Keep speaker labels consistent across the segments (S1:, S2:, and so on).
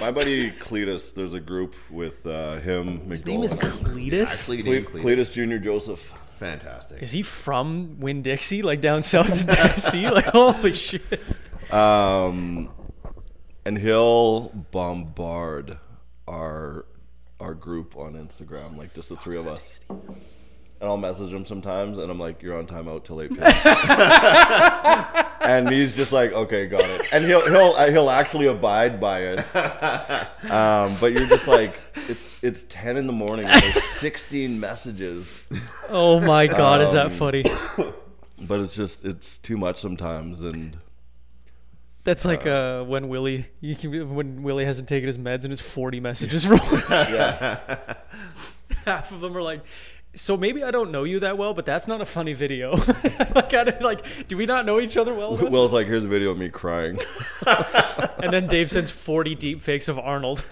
S1: My buddy Cletus, there's a group with uh, him.
S2: His name is
S1: McDowell.
S2: Cletus.
S3: Actually,
S1: Cle-
S3: named Cletus.
S1: Cletus Junior Joseph.
S3: Fantastic.
S2: Is he from Winn Dixie, like down south of Tennessee? like holy shit!
S1: Um, and he'll bombard our our group on Instagram, like just the three of us. And I'll message him sometimes, and I'm like, "You're on timeout till eight p.m." and he's just like, "Okay, got it." And he'll he'll uh, he'll actually abide by it. Um, but you're just like, it's it's ten in the morning. And there's sixteen messages,
S2: Oh my god, is that funny?
S1: but it's just it's too much sometimes, and.
S2: That's like uh, when Willie, you can, when Willie hasn't taken his meds and it's forty messages rolling. Half of them are like, so maybe I don't know you that well, but that's not a funny video. like, I, don't- like, do we not know each other well? enough?
S1: Will's like, here's a video of me crying.
S2: and then Dave sends forty deep fakes of Arnold.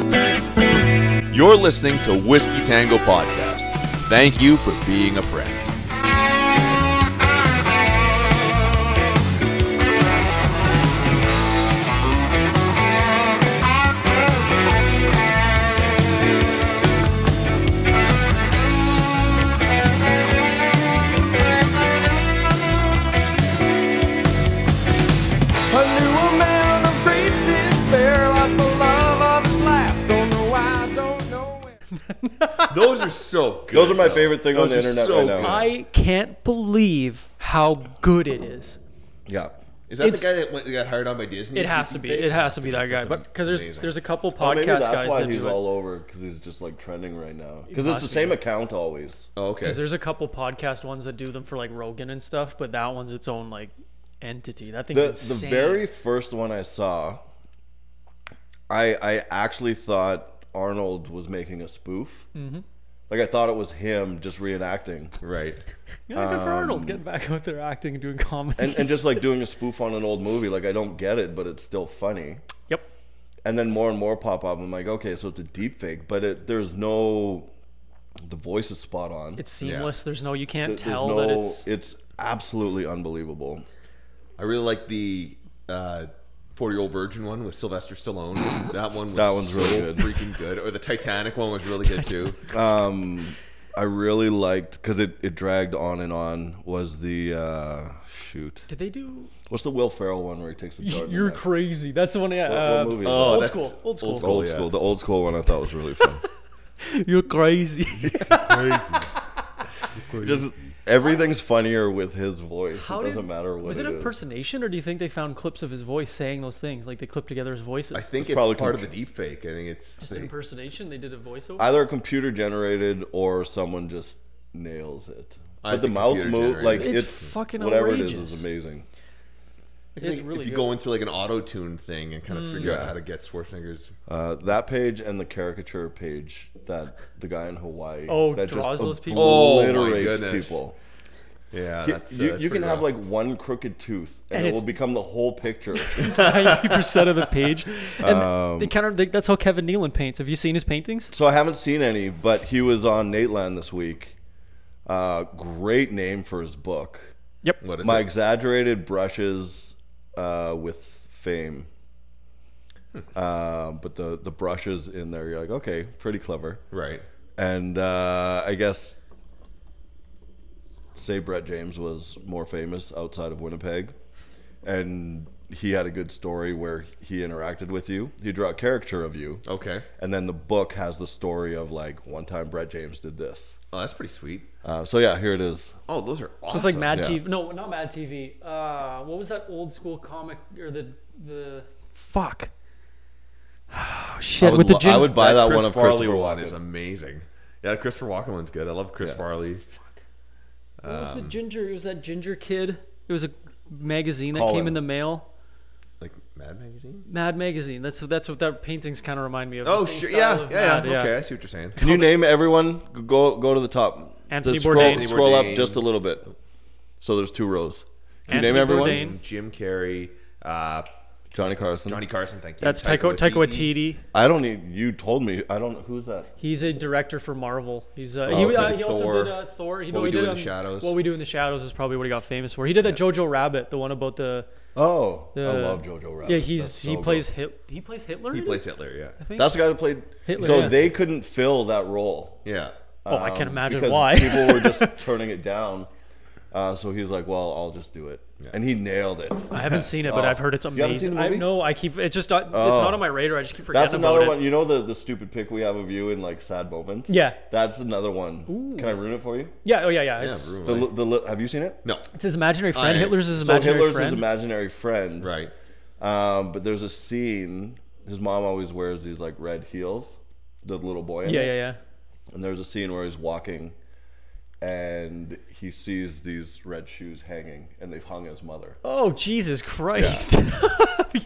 S3: You're listening to Whiskey Tango Podcast. Thank you for being a friend.
S4: I knew a man of great despair, lost the love of his life. Don't know why, don't know when.
S3: Those are so good.
S1: Those are my favorite thing on the
S3: Those are
S1: internet
S3: so
S1: right now.
S3: good.
S2: I can't believe how good it is.
S1: Yeah.
S3: Is that
S2: It's-
S3: the guy that went, that got hired on by Disney?
S2: It has to be. It has to be that guy. But because there's there's a couple
S1: Oh,
S2: podcast
S1: maybe that's
S2: guys
S1: why
S2: that
S1: he's
S2: do it.
S1: all over because he's just like trending right now. Because it's
S2: must
S1: the
S2: be.
S1: same account always.
S3: Oh, okay.
S2: Because there's a couple podcast ones that do them for like Rogan and stuff, but that one's its own like entity. That thing's
S1: The
S2: insane.
S1: the very first one I saw, I I actually thought Arnold was making a spoof. Mm-hmm. Like I thought it was him just reenacting
S3: right.
S2: yeah, good for Arnold getting back out there acting and doing comedy
S1: um, and, and just like doing a spoof on an old movie. Like I don't get it, but it's still funny.
S2: yep.
S1: and then more and more pop up. I'm like, okay, so it's a deep fake, but it, there's no, the voice is spot on.
S2: It's seamless. There's no you can't
S1: There's
S2: tell
S1: no-
S2: that it's
S1: absolutely unbelievable.
S3: I really like the uh, 40 year old virgin one with Sylvester Stallone. That one was
S1: That one's really
S3: so
S1: good.
S3: freaking good. Or the Titanic one was really good too.
S1: Um, I really liked because it, it dragged on and on. Was the uh, shoot?
S2: did they do
S1: What's the Will Ferrell one where he takes the dart? in the
S2: You're
S1: neck?
S2: crazy. That's the one yeah.
S1: What- what
S2: uh,
S1: movie is
S3: oh,
S1: that?
S2: old,
S3: that's
S2: school, old school.
S3: old
S1: Old
S3: yeah.
S1: school, the old school one I thought was really fun.
S2: You're crazy.
S3: Crazy.
S1: Just everything's funnier with his voice. it doesn't
S2: did-
S1: matter what
S2: Was it
S1: it is.
S2: impersonation or do you think they found clips of his voice saying those things? Like they clipped together his voices.
S3: I think
S1: It's
S3: it's,
S1: probably
S3: part of
S1: con-
S3: the deep fake. I think it's
S2: Just impersonation. They did a voiceover.
S1: either computer generated or someone just nails it.
S3: I
S1: But the
S3: think
S1: mouth
S3: computer
S1: move,
S3: generated.
S1: like
S2: It's
S1: it's,
S2: fucking
S1: whatever it
S2: outrageous.
S1: is, is amazing.
S3: it's
S2: it's
S3: like
S2: really
S3: if you
S2: good. Mm.
S3: go in through like an auto tune thing and kind of figure out how to get Schwarzenegger's.
S1: Uh, that page and the caricature page that the guy in Hawaii
S2: Oh,
S1: that
S2: draws those people?
S3: Oh, my
S1: obliterates
S3: goodness.
S1: people.
S3: Yeah,
S1: You-
S3: that's, uh,
S1: you
S3: that's
S1: you can
S3: pretty
S1: have
S3: rough.
S1: like one crooked tooth, and,
S2: And
S1: it will
S2: it's-
S1: become the whole picture.
S2: ninety percent of the page. And they kind of they, that's how Kevin Nealon paints. Have you seen his paintings?
S1: so I haven't seen any, but he was on Nateland this week. Uh, great name for his book.
S2: Yep.
S3: What is
S1: My
S3: it?
S1: exaggerated brushes uh, with fame.
S3: Hmm.
S1: Uh, but the the brushes in there, you're like, okay, pretty clever.
S3: Right.
S1: And uh, I guess say Brett James was more famous outside of Winnipeg, and he had a good story where he interacted with you. He drew a caricature of you,
S3: Okay.
S1: and then the book has the story of like one time Brett James did this.
S3: Oh, that's pretty sweet.
S1: Uh, so yeah, here it is.
S3: Oh, those are awesome.
S2: So it's like Mad
S1: yeah.
S2: TV. No, not Mad TV. Uh, what was that old school comic or the the fuck? Oh,
S1: I
S2: shit,
S1: would
S2: with the
S1: lo- I
S2: gin.
S1: would buy that one of
S3: Farley
S1: Christopher
S3: one is
S1: Walken.
S3: amazing. Yeah, Christopher Walken one's good. I love Chris
S1: Yeah.
S3: Farley.
S2: what was the ginger? It was that ginger kid. It was a magazine that came
S1: Colin.
S2: in the mail.
S3: Like Mad Magazine.
S2: Mad magazine. That's that's what that paintings kind of remind me of. the
S3: Oh,
S2: same
S3: sure.
S2: style
S3: Yeah,
S2: of
S3: yeah,
S2: Mad,
S3: yeah. Okay, I see what you're saying.
S1: Can you name everyone? Go go to the top.
S2: Anthony
S1: Just scroll,
S2: Bourdain. Anthony
S1: Scroll up
S3: Bourdain.
S1: just a little bit. So there's two rows. Can
S2: Anthony
S1: you name everyone?
S2: Bourdain.
S3: Jim Carrey, uh,
S1: Johnny Carson.
S3: Johnny Carson. Thank you.
S2: That's Taika Taika Waititi.
S1: I don't need. You told me. I don't. Who's that?
S2: He's a director for Marvel. He's uh,
S1: Oh,
S2: he,
S1: okay.
S2: uh, he also
S3: Thor.
S2: did uh, Thor. He,
S3: What
S2: no,
S3: We
S2: he
S3: Do
S2: did,
S3: in the
S2: um,
S3: Shadows.
S2: What we do in the shadows is probably what he got famous for. He did that Jojo Rabbit, the one about the
S1: Oh, I
S2: The-
S1: love Jojo Rabbit.
S2: Yeah,
S1: That's
S2: he's
S1: so
S2: he
S1: good.
S2: plays Hit, he plays Hitler.
S3: He
S2: in it?
S3: plays Hitler, yeah.
S2: I think.
S1: That's the guy that played.
S2: Hitler,
S1: so
S2: yeah.
S1: they couldn't fill that role.
S3: Yeah.
S2: oh,
S3: Uh,
S2: I can
S1: um,
S2: imagine
S1: because
S2: why.
S1: people were just turning it down. Uh, so he's like, "Well, I'll just do it," and he nailed it.
S2: I haven't seen it, but
S1: Oh.
S2: I've heard it's
S1: You haven't seen
S2: amazing.
S1: the
S2: I
S1: movie?
S2: know. I keep it's just not, it's
S1: Oh.
S2: not on my radar. I just keep forgetting
S1: That's another
S2: about
S1: one.
S2: it.
S1: You know the the stupid pick we have of you in like sad moments.
S2: Yeah.
S1: that's another one. Can I ruin it for you?
S2: Yeah. Oh yeah. Yeah.
S3: Yeah,
S2: It's,
S3: Bruno.
S1: The, li- the li- have you seen it?
S3: no.
S2: it's his imaginary friend.
S3: I-
S2: Hitler's his
S1: So
S2: imaginary
S1: Hitler's
S2: friend.
S1: his imaginary friend,
S3: Right.
S1: Um, but there's a scene. His mom always wears these like red heels. The little boy. In
S2: yeah.
S1: it.
S2: Yeah. Yeah.
S1: And there's a scene where he's walking, and he sees these red shoes hanging, and they've hung his mother.
S2: Oh Jesus Christ!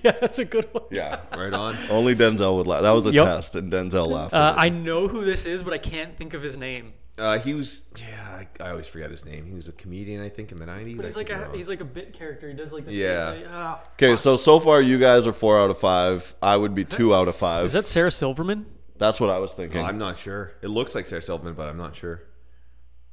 S2: Yeah, that's a good one.
S1: Yeah.
S3: Right on.
S1: Only Denzel would laugh. That was a
S2: Yep.
S1: test, and Denzel laughed.
S2: Uh,
S1: at it.
S2: I know who this is, but I can't think of his name.
S3: Uh, he was, yeah, I, I always forget his name. He was a comedian, I think, in the 90s.
S2: He's
S3: I
S2: like
S3: could be
S2: a
S3: wrong.
S2: he's like a bit character. He does like this.
S3: Yeah.
S2: Ah,
S1: Okay, so so far you guys are four out of five. I would be two out of
S2: is
S1: five.
S2: that Sarah Silverman?
S1: That's what I was thinking.
S3: Oh, I'm not sure. It looks like Sarah Silverman, but I'm not sure.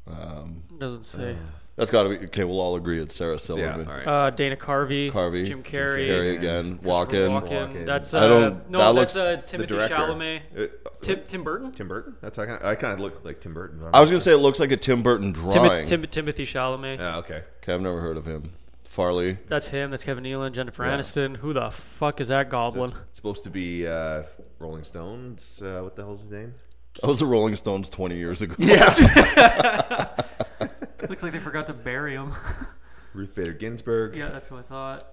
S1: Um,
S2: Doesn't say.
S1: that's got to be okay. We'll all agree it's Sarah
S3: Yeah, all
S1: Silverman,
S3: right.
S2: Uh, Dana Carvey,
S1: Carvey,
S2: Jim Carrey,
S1: Carrey
S3: Carrey,
S1: again,
S3: Christopher
S1: Walken.
S2: Walken.
S3: Walken.
S2: That's uh,
S1: I don't-
S2: no,
S1: that looks-
S2: that's uh,
S3: the
S2: Timothy
S3: director.
S2: Chalamet,
S3: Uh,
S2: Tim, Tim Burton,
S3: Tim Burton? That's I kind of, I kind of look like Tim Burton. but I'm
S1: I was
S3: not
S1: gonna say it looks like a Tim Burton
S2: Timi-
S1: drawing.
S2: Tim- Timothy Chalamet.
S3: sure. Ah, okay.
S1: okay, I've never heard of him. Farley.
S2: That's him. That's Kevin Nealon, Jennifer Aniston. Who the fuck is that
S3: It's
S2: goblin?
S3: supposed to be uh, Rolling Stones. Uh, what the hell's his name?
S1: That was the Rolling Stones 20 years ago.
S3: Yeah.
S2: Looks like they forgot to bury him.
S3: Ruth Bader Ginsburg.
S2: yeah, that's what I thought.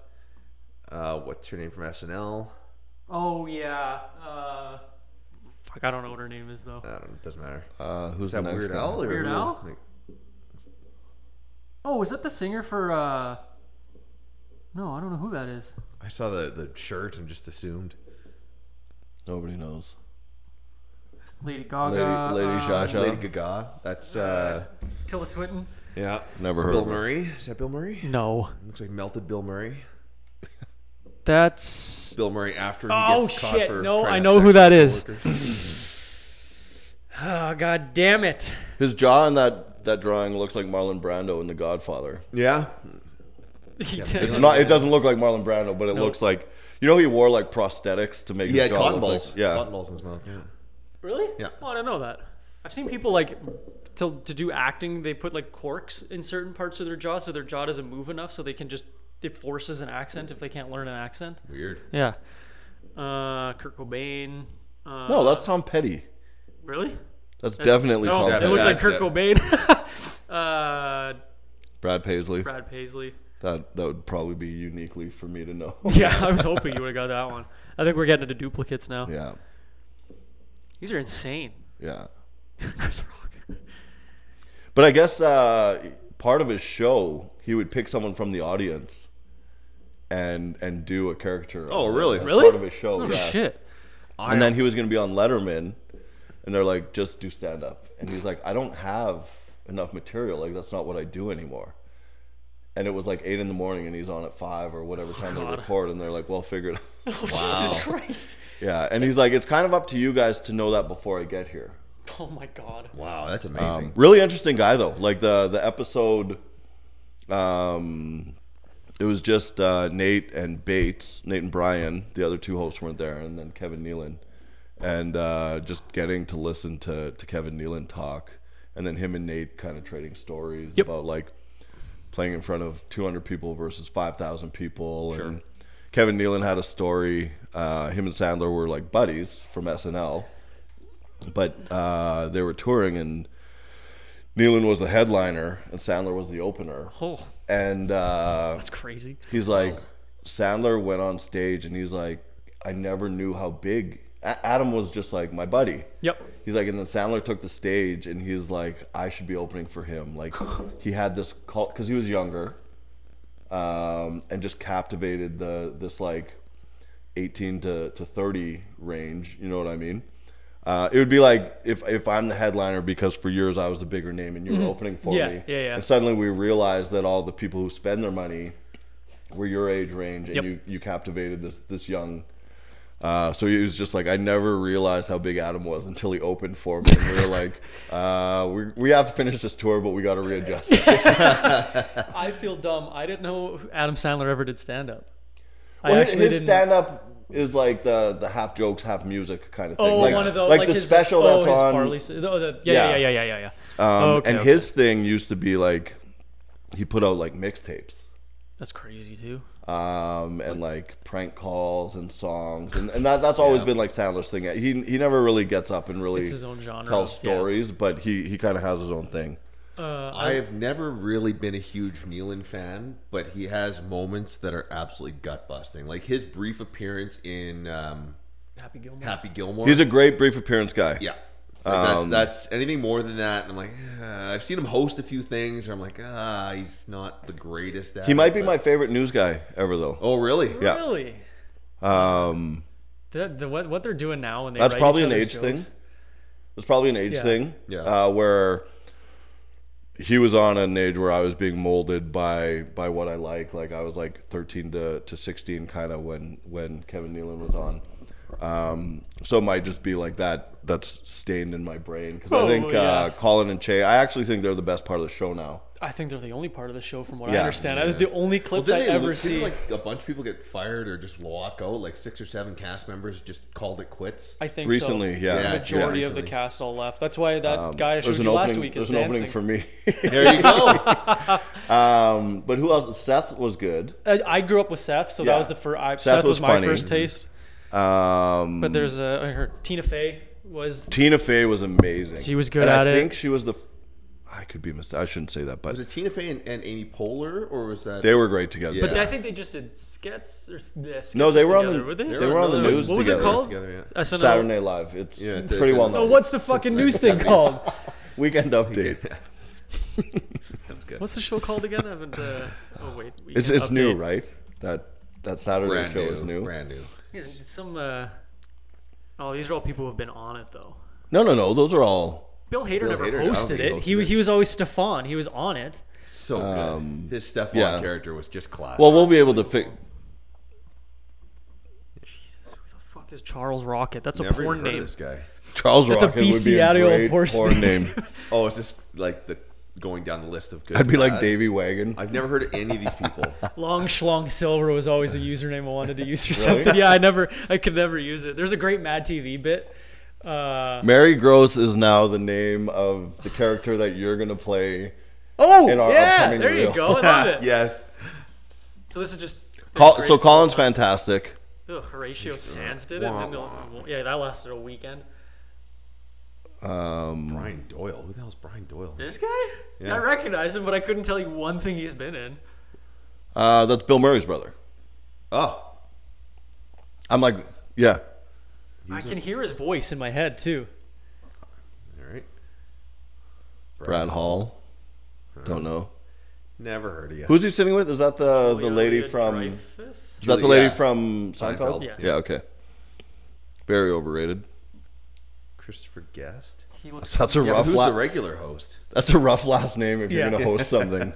S3: Uh, what's her name from SNL?
S2: Oh yeah. Uh, fuck, I don't know what her name is though.
S3: I don't know. It doesn't matter.
S1: Uh, who's
S3: Is that
S1: the next
S3: Weird
S1: guy?
S3: Al? Or
S2: Weird
S3: who-
S2: Al?
S3: like-
S2: Oh, is that the singer for? uh No, I don't know who that is.
S3: I saw the, the shirt and just assumed.
S1: Nobody knows.
S2: Lady Gaga.
S1: Lady- Lady
S2: uh,
S1: Gaga.
S3: That's Lady Gaga. That's, uh,
S2: Tilda Swinton.
S3: yeah.
S1: Never heard
S3: Bill
S1: of her.
S3: Murray. Is that Bill Murray?
S2: No,
S3: Looks like melted Bill Murray.
S2: that's
S3: Bill Murray after he
S2: Oh,
S3: gets caught
S2: shit.
S3: for
S2: No,
S3: trying
S2: I
S3: to have
S2: know
S3: sex
S2: who
S3: with
S2: that is.
S3: coworkers.
S2: oh, god damn it.
S1: His jaw in that that drawing looks like Marlon Brando in The Godfather.
S3: yeah.
S1: It's not. It doesn't look like Marlon Brando, but it
S2: No.
S1: looks like. You know, he wore like prosthetics to make
S3: He had
S1: his jaw look
S3: cotton
S1: like-
S3: balls.
S1: yeah,
S3: Cotton balls in his mouth. Yeah.
S2: really?
S3: Yeah.
S2: Oh, I didn't know that. I've seen people like to to do acting, they put like corks in certain parts of their jaw so their jaw doesn't move enough, so they can just it forces an accent if they can't learn an accent.
S3: Weird.
S2: Yeah. Uh, Kurt Cobain. Uh,
S1: No, that's Tom Petty.
S2: really.
S1: That's, definitely
S2: no,
S1: Tom
S2: It
S1: Petty.
S2: looks like
S3: That's
S2: Kurt
S3: definitely-
S2: Cobain. uh,
S1: Brad Paisley.
S2: Brad Paisley.
S1: That that would probably be uniquely for me to know.
S2: Yeah, I was hoping you would have got that one. I think we're getting into duplicates now.
S1: yeah,
S2: These are insane.
S1: yeah.
S2: Chris Rock.
S1: But I guess uh, part of his show, he would pick someone from the audience, and and do a caricature. of
S3: Oh,
S1: them.
S3: really?
S1: That's
S2: Really?
S1: Part of his show.
S2: Oh
S1: yeah.
S2: shit.
S3: I,
S1: And then he was going to be on Letterman, and they're like, just do stand up. And he's like, I don't have enough material. Like that's not what I do anymore. And it was like eight in the morning, and he's on at five or whatever time they
S2: Oh, God.
S1: record, and they're like, "Well, figure it out."
S2: Oh, Jesus Christ.
S1: yeah, and he's like, "It's kind of up to you guys to know that before I get here."
S2: Oh my God.
S3: wow, that's amazing.
S1: Um, really interesting guy though. Like the the episode, um, it was just uh, Nate and Bates, Nate and Brian. The other two hosts weren't there, and then Kevin Nealon, and uh, just getting to listen to to Kevin Nealon talk, and then him and Nate kind of trading stories
S2: Yep.
S1: about like playing in front of 200 people versus 5,000 people.
S3: Sure.
S1: And Kevin Nealon had a story. Uh, him and Sandler were like buddies from SNL, but uh, they were touring and. Nealon was the headliner and Sandler was the opener.
S2: Oh,
S1: And uh,
S2: that's crazy.
S1: he's like, Sandler went on stage and he's like, I never knew how big. A- Adam was just like my buddy.
S2: Yep.
S1: He's like, and then Sandler took the stage and he's like, I should be opening for him. Like, he had this call because he was younger um, and just captivated the this like 18 to, to 30 range. You know what I mean? Uh, it would be like if, if I'm the headliner because for years I was the bigger name and you were opening for
S2: Mm-hmm. Yeah,
S1: me.
S2: yeah, yeah.
S1: And suddenly we realized that all the people who spend their money were your age range and
S2: Yep.
S1: you, you captivated this, this young Uh, so he was just like, I never realized how big Adam was until he opened for me. And we were like, uh, we, we have to finish this tour, but we got to readjust. it."
S2: I feel dumb. I didn't know Adam Sandler ever did stand up.
S1: Well, his- his stand up is like the, the half jokes, half music kind of thing.
S2: Oh,
S1: like,
S2: one of those,
S1: Like,
S2: like
S1: the
S2: his,
S1: special
S2: oh,
S1: that's
S2: his
S1: on.
S2: Farley, oh, the, yeah,
S1: Yeah.
S2: yeah, yeah, yeah, yeah, yeah.
S1: Um,
S2: Oh, okay,
S1: and
S2: okay.
S1: his thing used to be like, he put out like mixtapes.
S2: that's crazy too.
S1: um, and like prank calls and songs, and, and that that's always been like Sandler's thing. He he never really gets up and really
S2: It's his own genre.
S1: tells
S2: yeah.
S1: stories, but he he kind of has his own thing.
S2: Uh,
S3: I have never really been a huge Nealon fan, but he has moments that are absolutely gut busting. Like his brief appearance in um,
S2: Happy Gilmore.
S3: Happy Gilmore.
S1: He's a great brief appearance guy.
S3: yeah. Like,
S1: Um,
S3: that's, that's anything more than that. And I'm like, eh, I've seen him host a few things. Where I'm like, ah, he's not the greatest. At
S1: he
S3: it,
S1: might be
S3: but-
S1: my favorite news guy ever though.
S3: Oh, really?
S1: yeah.
S2: Really?
S1: Um,
S2: The, the, what, what they're doing now when they
S1: that's
S2: write
S1: probably
S2: each
S1: an
S2: other's
S1: age thing.
S2: jokes.
S1: It's probably an age
S2: Yeah.
S1: thing.
S3: Yeah.
S1: uh, where he was on an age where I was being molded by by what I like. Like I was like 13 to, to 16 kind of when when Kevin Nealon was on. Um, so it might just be like that. That's stained in my brain because I think
S2: Probably,
S1: uh,
S2: Oh, yeah.
S1: Colin and Che. I actually think they're the best part of the show now.
S2: I think they're the only part of the show, from what I
S1: Yeah.
S2: understand. That is the only
S3: Well,
S2: clips
S3: didn't
S2: I
S3: they
S2: ever
S3: didn't,
S2: see.
S3: Like a bunch of people get fired or just walk out. Like six or seven cast members just called it quits.
S2: I think
S1: Recently,
S2: so.
S1: yeah,
S3: Yeah,
S2: The majority
S3: yeah.
S2: of the
S3: recently.
S2: cast all left. That's why that
S1: Um,
S2: guy I showed
S1: there's an
S2: you last
S1: opening-
S2: week is
S1: There's an
S2: dancing.
S1: opening for me.
S3: there you go.
S1: um, but who else? Seth was good.
S2: I, I grew up with Seth, so
S1: Yeah.
S2: that was the first. Seth,
S1: Seth
S2: Seth was,
S1: was
S2: my
S1: funny.
S2: first taste.
S1: Um,
S2: But there's a I heard Tina Fey was
S1: Tina Fey was amazing.
S2: She was good
S1: And
S2: at
S1: I
S2: it.
S1: think she was the. I could be mistaken. I shouldn't say that, but
S3: Was it Tina Fey and, and Amy Poehler, or was that?
S1: they were great together.
S3: But
S2: But
S3: Yeah.
S2: I think they just did skits or s- yeah, sketches
S1: no, they were on
S2: together,
S1: the.
S2: were they?
S1: They
S3: They
S1: were on the
S3: were-
S1: news.
S2: What was it
S1: together.
S2: called?
S3: Together, yeah.
S2: SNL.
S1: Saturday Night Live. It's
S3: Yeah, it
S1: pretty
S3: did.
S1: well
S2: Oh,
S1: known.
S2: what's the fucking news thing called?
S1: Weekend update.
S3: That was good.
S2: What's the show called again? I haven't. Uh, oh wait, we
S1: It's
S2: can
S1: it's new,
S2: update.
S1: right? That that Saturday
S3: brand
S1: show
S3: new,
S1: is new.
S3: Brand new.
S2: It's it's some. Uh, oh, these are all people who have been on it though.
S1: No, no, no. Those are all.
S2: Bill Hader
S3: Bill
S2: never
S3: Hader, I don't
S2: hosted
S3: think he
S2: it. He
S3: hosted it.
S2: he was always Stefan. He was on it.
S3: So good.
S1: Um,
S3: His Stefan
S1: yeah.
S3: character was just classic.
S1: Well, we'll be able to fix.
S2: Who the fuck is Charles Rocket? That's a
S3: never
S2: porn
S3: even heard
S2: name.
S3: of this guy.
S1: Charles
S2: That's a
S1: Rocket would be a
S2: bestiality
S1: great
S2: porn
S1: porn name.
S3: Oh, is this like the going down the list of good?
S1: I'd be
S3: to
S1: like
S3: bad?
S1: Davy Wagon.
S3: I've never heard of any of these people.
S2: Long Schlong Silver was always a username I wanted to use for something. Yeah, I never, I could never use it. There's a great Mad TV bit. Uh,
S1: Mary Gross is now the name of the character that you're gonna play.
S2: oh,
S1: In our
S2: yeah,
S1: upcoming
S2: there
S1: reel.
S2: you go. I love it.
S3: yes.
S2: So this is just.
S1: Col- so uh,
S2: Grace-
S1: Colin's fantastic.
S2: Ugh, Horatio Sands did it. and then they'll- yeah, that lasted a weekend.
S1: Um,
S3: Brian Doyle. Who the hell's Brian Doyle?
S2: This guy? I recognize him, but I couldn't tell you one thing he's been in.
S1: uh, that's Bill Murray's brother.
S3: Oh,
S1: I'm like, yeah.
S2: I can hear his voice in my head too.
S3: all right.
S1: Brad Hall. Don't know.
S3: Never heard of you.
S1: Who's he sitting with? Is that the, the
S2: Julia
S1: lady from
S2: Dreyfus?
S1: Is that the
S3: Julia-
S1: lady
S3: yeah.
S1: from Seinfeld?
S3: Seinfeld.
S2: Yes.
S1: Yeah, okay. Very overrated.
S3: Christopher Guest?
S2: He looks
S1: That's a
S3: Yeah, but
S1: rough
S3: who's
S1: la-
S3: the regular host?
S1: That's a rough last name if you're
S2: Yeah.
S1: going to host something.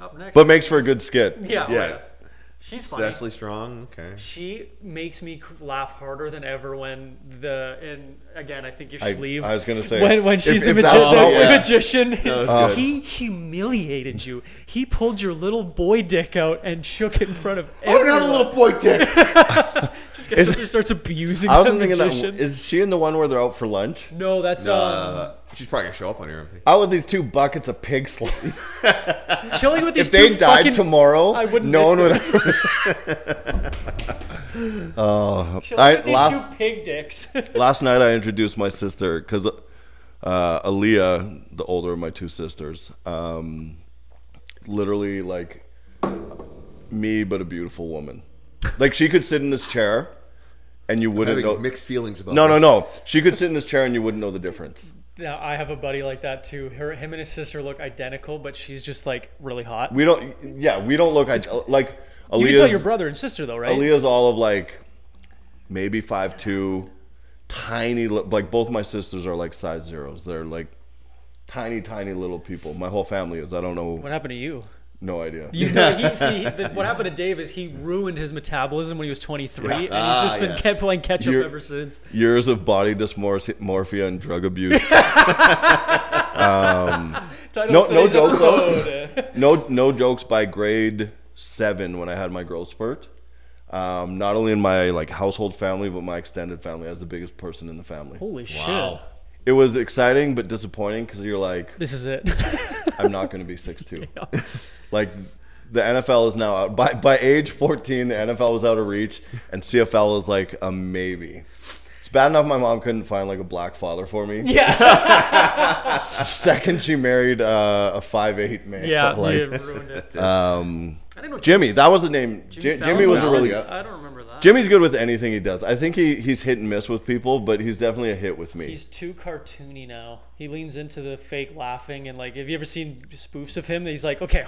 S2: up next.
S1: but makes for a good skit.
S2: yeah,
S3: Yes.
S2: yeah. she's
S3: Is
S2: funny.
S3: Ashley Strong? Okay.
S2: She makes me cr- laugh harder than ever when the and again I think you should
S1: I,
S2: leave.
S1: I was going to say
S2: when when
S1: if-
S2: she's the,
S1: if
S2: magi-
S1: that's not
S2: the
S1: what-
S2: magician,
S3: was Uh, good.
S2: he humiliated you. He pulled your little boy dick out and shook it in front of
S3: Oh,
S2: everyone.
S3: not a little boy dick.
S2: Just gets up there, starts abusing
S1: I was
S2: the
S1: thinking that
S2: magician.
S1: is she in the one where they're out for lunch?
S2: no, that's um,
S3: uh, she's probably gonna show up on here. I think.
S1: Out with these two buckets of pig slime.
S2: chilling with these
S1: if they
S2: two
S1: died
S2: fucking-
S1: tomorrow,
S2: I wouldn't
S1: no one
S2: miss
S1: would
S2: it.
S1: ever. oh,
S2: Chilling
S1: I-
S2: with these
S1: last
S2: two pig dicks.
S1: last night I introduced my sister because uh, Aaliyah, the older of my two sisters, um, literally like me, but a beautiful woman. Like she could sit in this chair, and you
S3: I
S1: wouldn't know.
S3: have mixed feelings about.
S1: No, no,
S3: this.
S1: no. She could sit in this chair, and you wouldn't know the difference.
S2: now I have a buddy like that too. Her, him, and his sister look identical, but she's just like really hot.
S1: We don't. Yeah, we don't look ide- like Aaliyah's.
S2: you can tell your brother and sister though, right?
S1: Aaliyah's all of like maybe five two, tiny. li- Like both my sisters are like size zeros. They're like tiny, tiny little people. My whole family is. I don't know.
S2: What happened to you?
S1: No idea.
S2: You know, he, see, he- the, what happened to Dave is he ruined his metabolism when he was 23, and he's just
S3: Ah,
S2: been
S3: yes.
S2: kept playing catch up
S1: You're-
S2: ever since.
S1: Years of body dysmorphia and drug abuse.
S2: Title
S1: No-
S2: of
S1: no
S2: today's
S1: joke, though.
S2: episode, uh,
S1: no no jokes by grade seven when I had my growth spurt. Um, not only in my like household family, but my extended family. I was the biggest person in the family.
S2: Holy
S3: Wow.
S2: shit.
S1: It was exciting but disappointing because you're like,
S2: This is it.
S1: I'm not going to be six two. Like the NFL is now out by by age 14. The NFL was out of reach, and CFL was like a maybe. It's bad enough my mom couldn't find like a black father for me.
S2: yeah.
S1: Second, she married uh, a five eight man.
S2: Yeah.
S1: like,
S2: you ruined it.
S1: um,
S2: I didn't know
S1: Jimmy, that was the name. Ji-
S2: Fallon
S1: Jimmy was a
S3: was-
S1: really.
S3: Yeah.
S2: I don't remember that.
S1: Jimmy's good with anything he does. I think he, he's hit and miss with people, but he's definitely a hit with me.
S2: He's too cartoony now. He leans into the fake laughing and like. Have you ever seen spoofs of him? He's like, okay,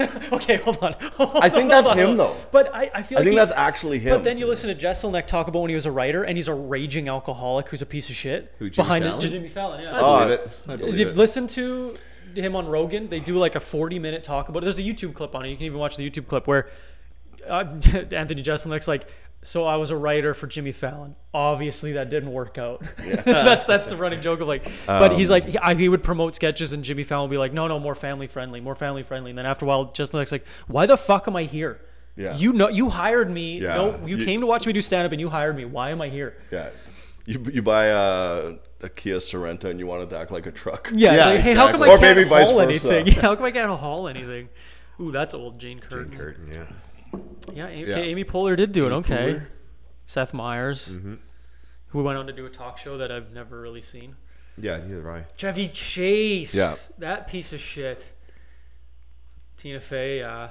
S2: okay, okay, hold on. I
S1: think that's him, though.
S2: But I, I feel.
S1: I think
S2: like he-
S1: that's actually him.
S2: But then you listen to Jesselneck talk about when he was a writer, and he's a raging alcoholic who's a piece of shit.
S3: Who, Jimmy
S2: behind
S3: Fallon?
S2: it, Jimmy Fallon. Yeah.
S3: I
S1: Oh,
S3: believe it. I believe
S2: If
S3: it.
S2: you listen to him on Rogan, they do like a 40 minute talk about it. There's a YouTube clip on it. You can even watch the YouTube clip where uh, Anthony Jeselnik's like, "So I was a writer for Jimmy Fallon. Obviously, that didn't work out." that's that's the running joke of like. But he's like, he, I, he would promote sketches, and Jimmy Fallon would be like, "No, no, more family friendly, more family friendly." And then after a while, Jeselnik's like, "Why the fuck am I here?"
S1: Yeah.
S2: You know, you hired me.
S1: Yeah.
S2: No, you,
S1: You-
S2: came to watch me do stand up, and you hired me. Why am I here?
S1: yeah. You, you buy a, a Kia Sorento and you want it to act like a truck.
S2: Yeah, it's
S3: Yeah,
S2: like, hey, how come I
S3: exactly.
S1: Or
S2: can't
S1: maybe vice
S2: haul
S1: versa.
S2: anything? Yeah, how come I can't haul anything? Ooh, that's old Jane Curtin.
S3: Curtain, yeah.
S2: Yeah, A-
S3: Yeah.
S2: okay, Amy Poehler did do it. Okay, Seth Meyers, who went on to do a talk show that I've never really seen.
S3: Yeah, neither have I.
S2: Chevy Chase.
S1: Yeah.
S2: that piece of shit. Tina Fey, uh,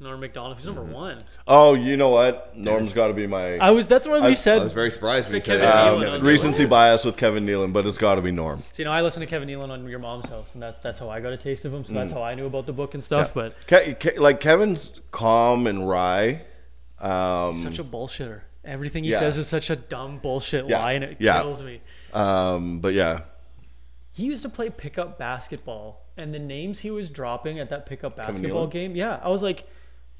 S2: Norm Macdonald. Who's number one?
S1: Oh, you know what? Norm's got to be my
S2: I was. That's what we said.
S3: I was very surprised when you said
S2: Kevin
S3: that.
S2: Nealon
S1: um,
S2: on the
S1: recency bias with Kevin Nealon, but it's got to be Norm.
S2: so, you know, I listened to Kevin Nealon on your mom's house, and that's that's how I got a taste of him. So that's how I knew about the book and stuff. But
S1: Ke- Ke- like Kevin's calm and wry. Um,
S2: such a bullshitter. Everything he
S1: Yeah.
S2: says is such a dumb bullshit
S1: Yeah.
S2: lie, and it
S1: Yeah.
S2: kills me.
S1: um, but yeah,
S2: He used to play pickup basketball, and the names he was dropping at that pickup basketball
S1: Nealon?
S2: game, yeah, I was like,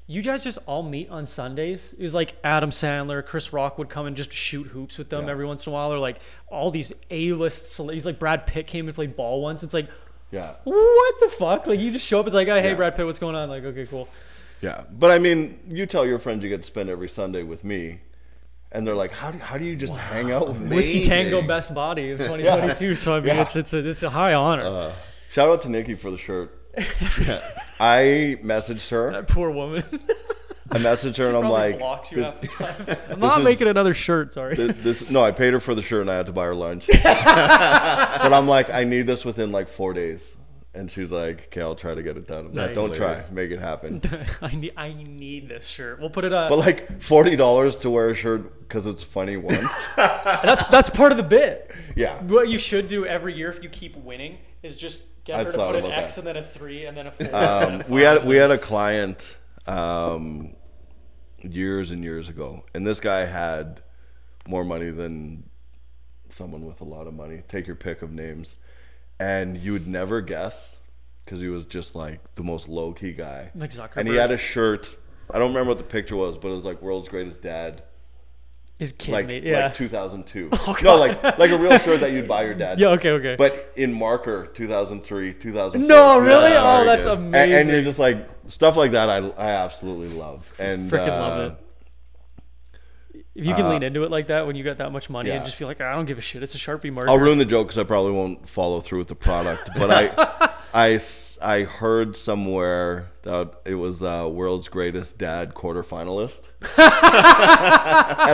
S2: you guys just all meet on Sundays. It was like Adam Sandler, Chris Rock would come and just shoot hoops with them every once in a while, or like all these A-list celebrities. Like Brad Pitt came and played ball once. It's like,
S1: yeah,
S2: what the fuck? Like you just show up. It's like, oh, hey,
S1: Yeah.
S2: Brad Pitt, what's going on? Like, okay, cool.
S1: yeah. But I mean, you tell your friends you get to spend every Sunday with me, and they're like, "How do how do you just hang out with me?"
S2: Whiskey Tango
S3: Amazing.
S2: Best Body of 2022. So I mean,
S1: Yeah.
S2: it's it's a, it's a high honor.
S1: Uh, Shout out to Nikki for the shirt. I messaged her.
S2: that poor woman.
S1: I messaged her, and I'm
S2: Probably
S1: like,
S2: blocks you half the time. I'm
S1: this
S2: not
S1: is-
S2: making another shirt. Sorry.
S1: Th- this no i paid her for the shirt and i had to buy her lunch but i'm like i need this within like four days and she's like okay i'll try to get it done I'm like,
S2: Nice.
S1: don't
S3: Hilarious.
S1: try make it happen
S2: I need I need this shirt. We'll put it on.
S1: but like $40 to wear a shirt because it's funny once
S2: that's that's part of the bit.
S1: yeah
S2: What you should do every year if you keep winning is just get
S1: I
S2: her to
S1: thought
S2: put an
S1: about
S2: X
S1: that.
S2: and then a three and then a four. and
S1: um,
S2: then a
S1: we
S2: five.
S1: had we had a client um, years and years ago and this guy had more money than someone with a lot of money take your pick of names and you would never guess because he was just like the most low-key guy
S2: like Zuckerberg.
S1: and he had a shirt. I don't remember what the picture was, but it was like world's greatest dad,
S2: his kid
S1: like
S2: made yeah. Oh,
S1: like 2002. no,
S2: God.
S1: like like a real shirt that you'd buy your dad.
S2: yeah. Okay. Okay.
S1: But in marker 2003, 2004.
S2: No, really?
S1: Yeah.
S2: Oh, that's
S1: A- And,
S2: amazing.
S1: you're just like stuff like that. I I absolutely love and
S2: freaking
S1: uh,
S2: love it. If you can lean into it like that when you got that much money and
S1: yeah.
S2: just be like, I don't give a shit. It's a sharpie marker.
S1: I'll ruin the joke because I probably won't follow through with the product. But I, I s- I heard somewhere that it was uh, world's greatest dad quarterfinalist, and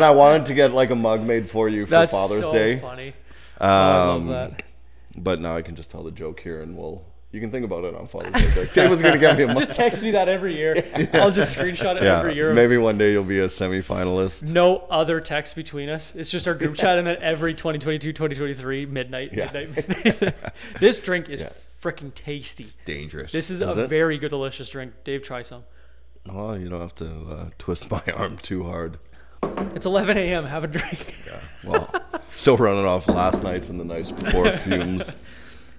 S1: I wanted to get like a mug made for you for
S2: that's
S1: Father's
S2: so
S1: Day.
S2: funny. Oh,
S1: Um,
S2: I love that.
S1: But now I can just tell the joke here, and we'll you can think about it on Father's Day. Like, Dave was gonna get me a mug.
S2: Just text me that every year. I'll just screenshot it
S1: yeah,
S2: every year.
S1: maybe one day you'll be a semifinalist.
S2: no other text between us. It's just our group chat, and then every 2022, 2023, midnight,
S1: Yeah.
S2: midnight, midnight. this drink is freaking tasty.
S3: Dangerous.
S2: This is,
S1: Is
S2: a
S1: it?
S2: very good, delicious drink. Dave, try some.
S1: Oh, you don't have to uh, twist my arm too hard.
S2: It's 11 a.m. Have a drink.
S1: Well, still running off last night's and the nights before fumes.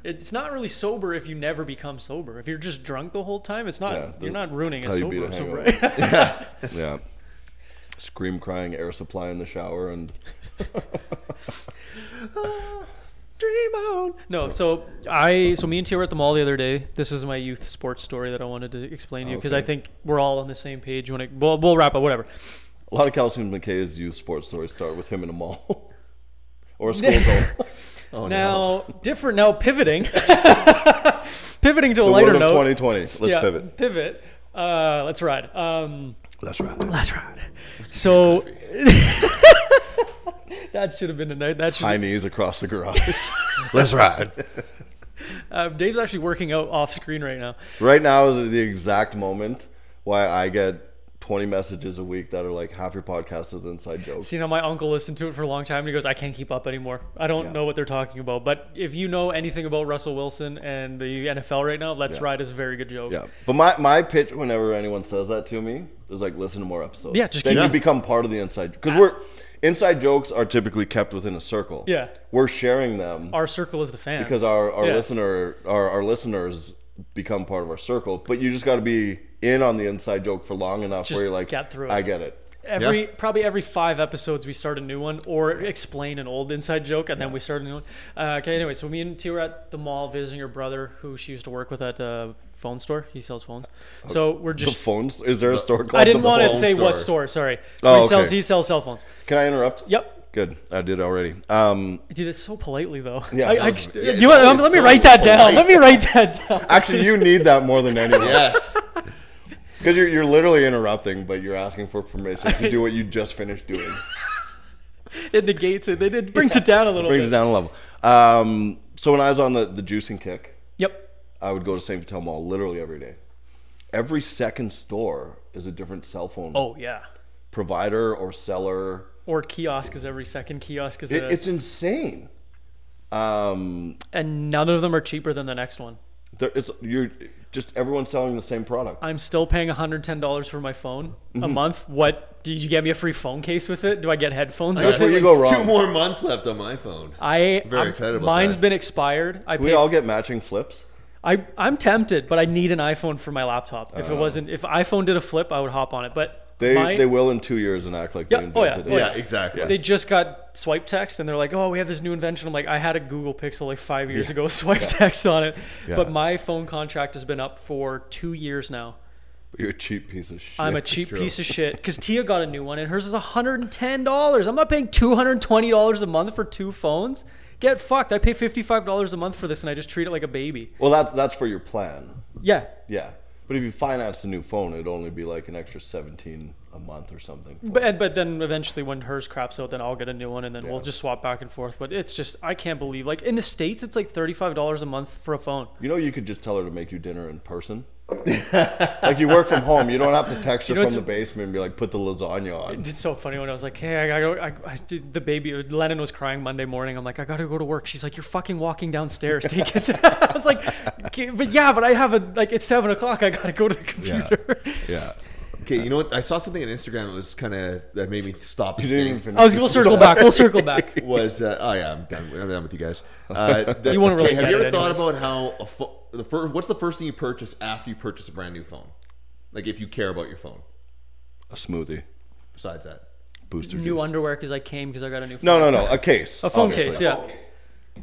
S2: It's not really sober if you never become sober. If you're just drunk the whole time, it's not.
S1: Yeah,
S2: you're not ruining a
S1: that's how you beat
S2: sober.
S1: a
S2: sober
S1: hangover. yeah. Scream crying air supply in the shower and
S2: Dream on. No, so I so me and Tia were at the mall the other day. This is my youth sports story that I wanted to explain to you because I
S1: Okay.
S2: think we're all on the same page when it. We'll, we'll wrap up. Whatever.
S1: a lot of Calcium McKay's youth sports stories start with him in a mall. or a school zone.
S3: Oh
S2: Now different. Now pivoting. pivoting to a
S1: The
S2: lighter
S1: word of
S2: note.
S1: 2020. Let's
S2: yeah,
S1: pivot.
S2: Pivot. Uh, let's ride. Um,
S1: That's right.
S2: let's ride. So that should have been a night. That should
S1: High knees across the garage.
S3: Let's ride.
S2: Uh, Dave's actually working out off screen right now.
S1: right now is the exact moment why I get 20 messages a week that are like half your podcast is inside jokes.
S2: So, you know, my uncle listened to it for a long time and he goes, I can't keep up anymore. I don't
S1: Yeah.
S2: know what they're talking about. But if you know anything about Russell Wilson and the NFL right now, Let's
S1: Yeah.
S2: Ride is a very good joke.
S1: Yeah, but my, my pitch whenever anyone says that to me is like listen to more episodes.
S2: Yeah, just
S1: then
S2: keep-
S1: you become part of the inside because we're inside jokes are typically kept within a circle.
S2: Yeah.
S1: we're sharing them
S2: Our circle is the fans.
S1: because our our
S2: Yeah.
S1: listener our, our listeners become part of our circle. But you just got to be in on the inside joke for long enough
S2: Just
S1: where you're like
S2: get through it.
S1: I get it.
S2: Every
S3: Yeah.
S2: probably every five episodes we start a new one or explain an old inside joke and then we start a new one. Uh, okay, anyway, so me and T were at the mall visiting your brother who she used to work with at a phone store. He sells phones. So we're
S1: The
S2: just
S1: phones is there a store called?
S2: I didn't
S1: the
S2: want to
S1: Phone
S2: say what
S1: Store?
S2: store, sorry.
S1: Oh,
S2: he sells
S1: okay.
S2: he sells cell phones.
S1: Can I interrupt?
S2: Yep.
S1: Good, I did already. Um,
S2: Dude, it's so politely though.
S1: Yeah,
S2: I, I
S1: that was-
S2: just,
S1: yeah,
S2: you want,
S1: it's
S2: let me
S1: so
S2: write that down.
S1: polite.
S2: Let me write that down.
S1: actually, you need that more than anyone.
S3: yes.
S1: Because you're, you're literally interrupting, but you're asking for permission to do what you just finished doing.
S2: It negates it. It, it brings it down a little
S1: Brings it
S2: bit.
S1: down a level. Um, so when I was on the, the juicing kick,
S2: Yep.
S1: I would go to St. Vitel Mall literally every day. Every second store is a different cell phone
S2: Oh yeah.
S1: provider or seller.
S2: Or kiosk is every second kiosk is
S1: It,
S2: a,
S1: it's insane. Um,
S2: and none of them are cheaper than the next one.
S1: there, it's you're just everyone's selling the same product.
S2: I'm still paying $110 for my phone a
S1: Mm-hmm.
S2: month. What did you get me a free phone case with it? Do I get headphones?
S1: That's
S2: with
S1: where
S2: it?
S1: you go wrong.
S3: Two more months left on my phone.
S2: I
S3: Very
S2: I'm-
S3: excited about
S2: Mine's
S3: that.
S2: been expired. I
S1: we
S2: paid
S1: all get matching flips.
S2: I I'm tempted, but I need an iPhone for my laptop. If it wasn't, if iPhone did a flip, I would hop on it. But
S1: Uh. They
S2: my,
S1: they will in two years and act like
S2: Yeah,
S1: they
S2: oh yeah,
S1: invented
S2: oh
S1: it.
S3: Yeah, exactly.
S2: they just got swipe text and they're like, oh, we have this new invention. I'm like, I had a Google Pixel like five years ago, with swipe text on it. But my phone contract has been up for two years now.
S1: You're a cheap piece of shit.
S2: I'm a cheap piece of shit because Tia got a new one and hers is $110. I'm not paying $220 a month for two phones. Get fucked. I pay $55 a month for this and I just treat it like a baby.
S1: well, that that's for your plan.
S2: Yeah.
S1: Yeah. But if you finance the new phone, it'd only be like an extra 17 a month or something.
S2: But, and- but then eventually when hers craps out, then I'll get a new one and then we'll
S1: Yeah.
S2: just swap back and forth. But it's just, I can't believe, like in the States, it's like $35 a month for a phone.
S1: You know, you could just tell her to make you dinner in person. like you work from home, you don't have to text her
S2: know
S1: from the
S2: what's-
S1: basement and be like, "Put the lasagna on."
S2: It's so funny when I was like, "Hey, I gotta." I, I did the baby. Lennon was crying Monday morning. I'm like, "I gotta go to work." She's like, "You're fucking walking downstairs. Take it." I was like, "Okay, "But yeah, but I have a like. It's seven o'clock. I gotta go to the computer."
S1: Yeah,
S3: Okay, you know what? I saw something on Instagram that was kind of that made me stop.
S1: you
S3: and
S1: didn't even
S3: think.
S1: finish.
S2: I was. We'll circle back. We'll circle back.
S3: was uh, oh yeah, I'm done. I'm done with you guys. Uh, the-
S2: You won't really
S3: Have
S2: get
S3: you
S2: it
S3: ever thought
S2: anyways.
S3: about how a pho- the first? What's the first thing you purchase after you purchase a brand new phone? Like if you care about your phone.
S1: a smoothie,
S3: Besides that,
S1: booster
S2: New
S1: juice.
S2: underwear because I came because I got a new. Phone.
S1: no, no, no, a case.
S2: a phone
S1: obviously.
S2: case. Yeah,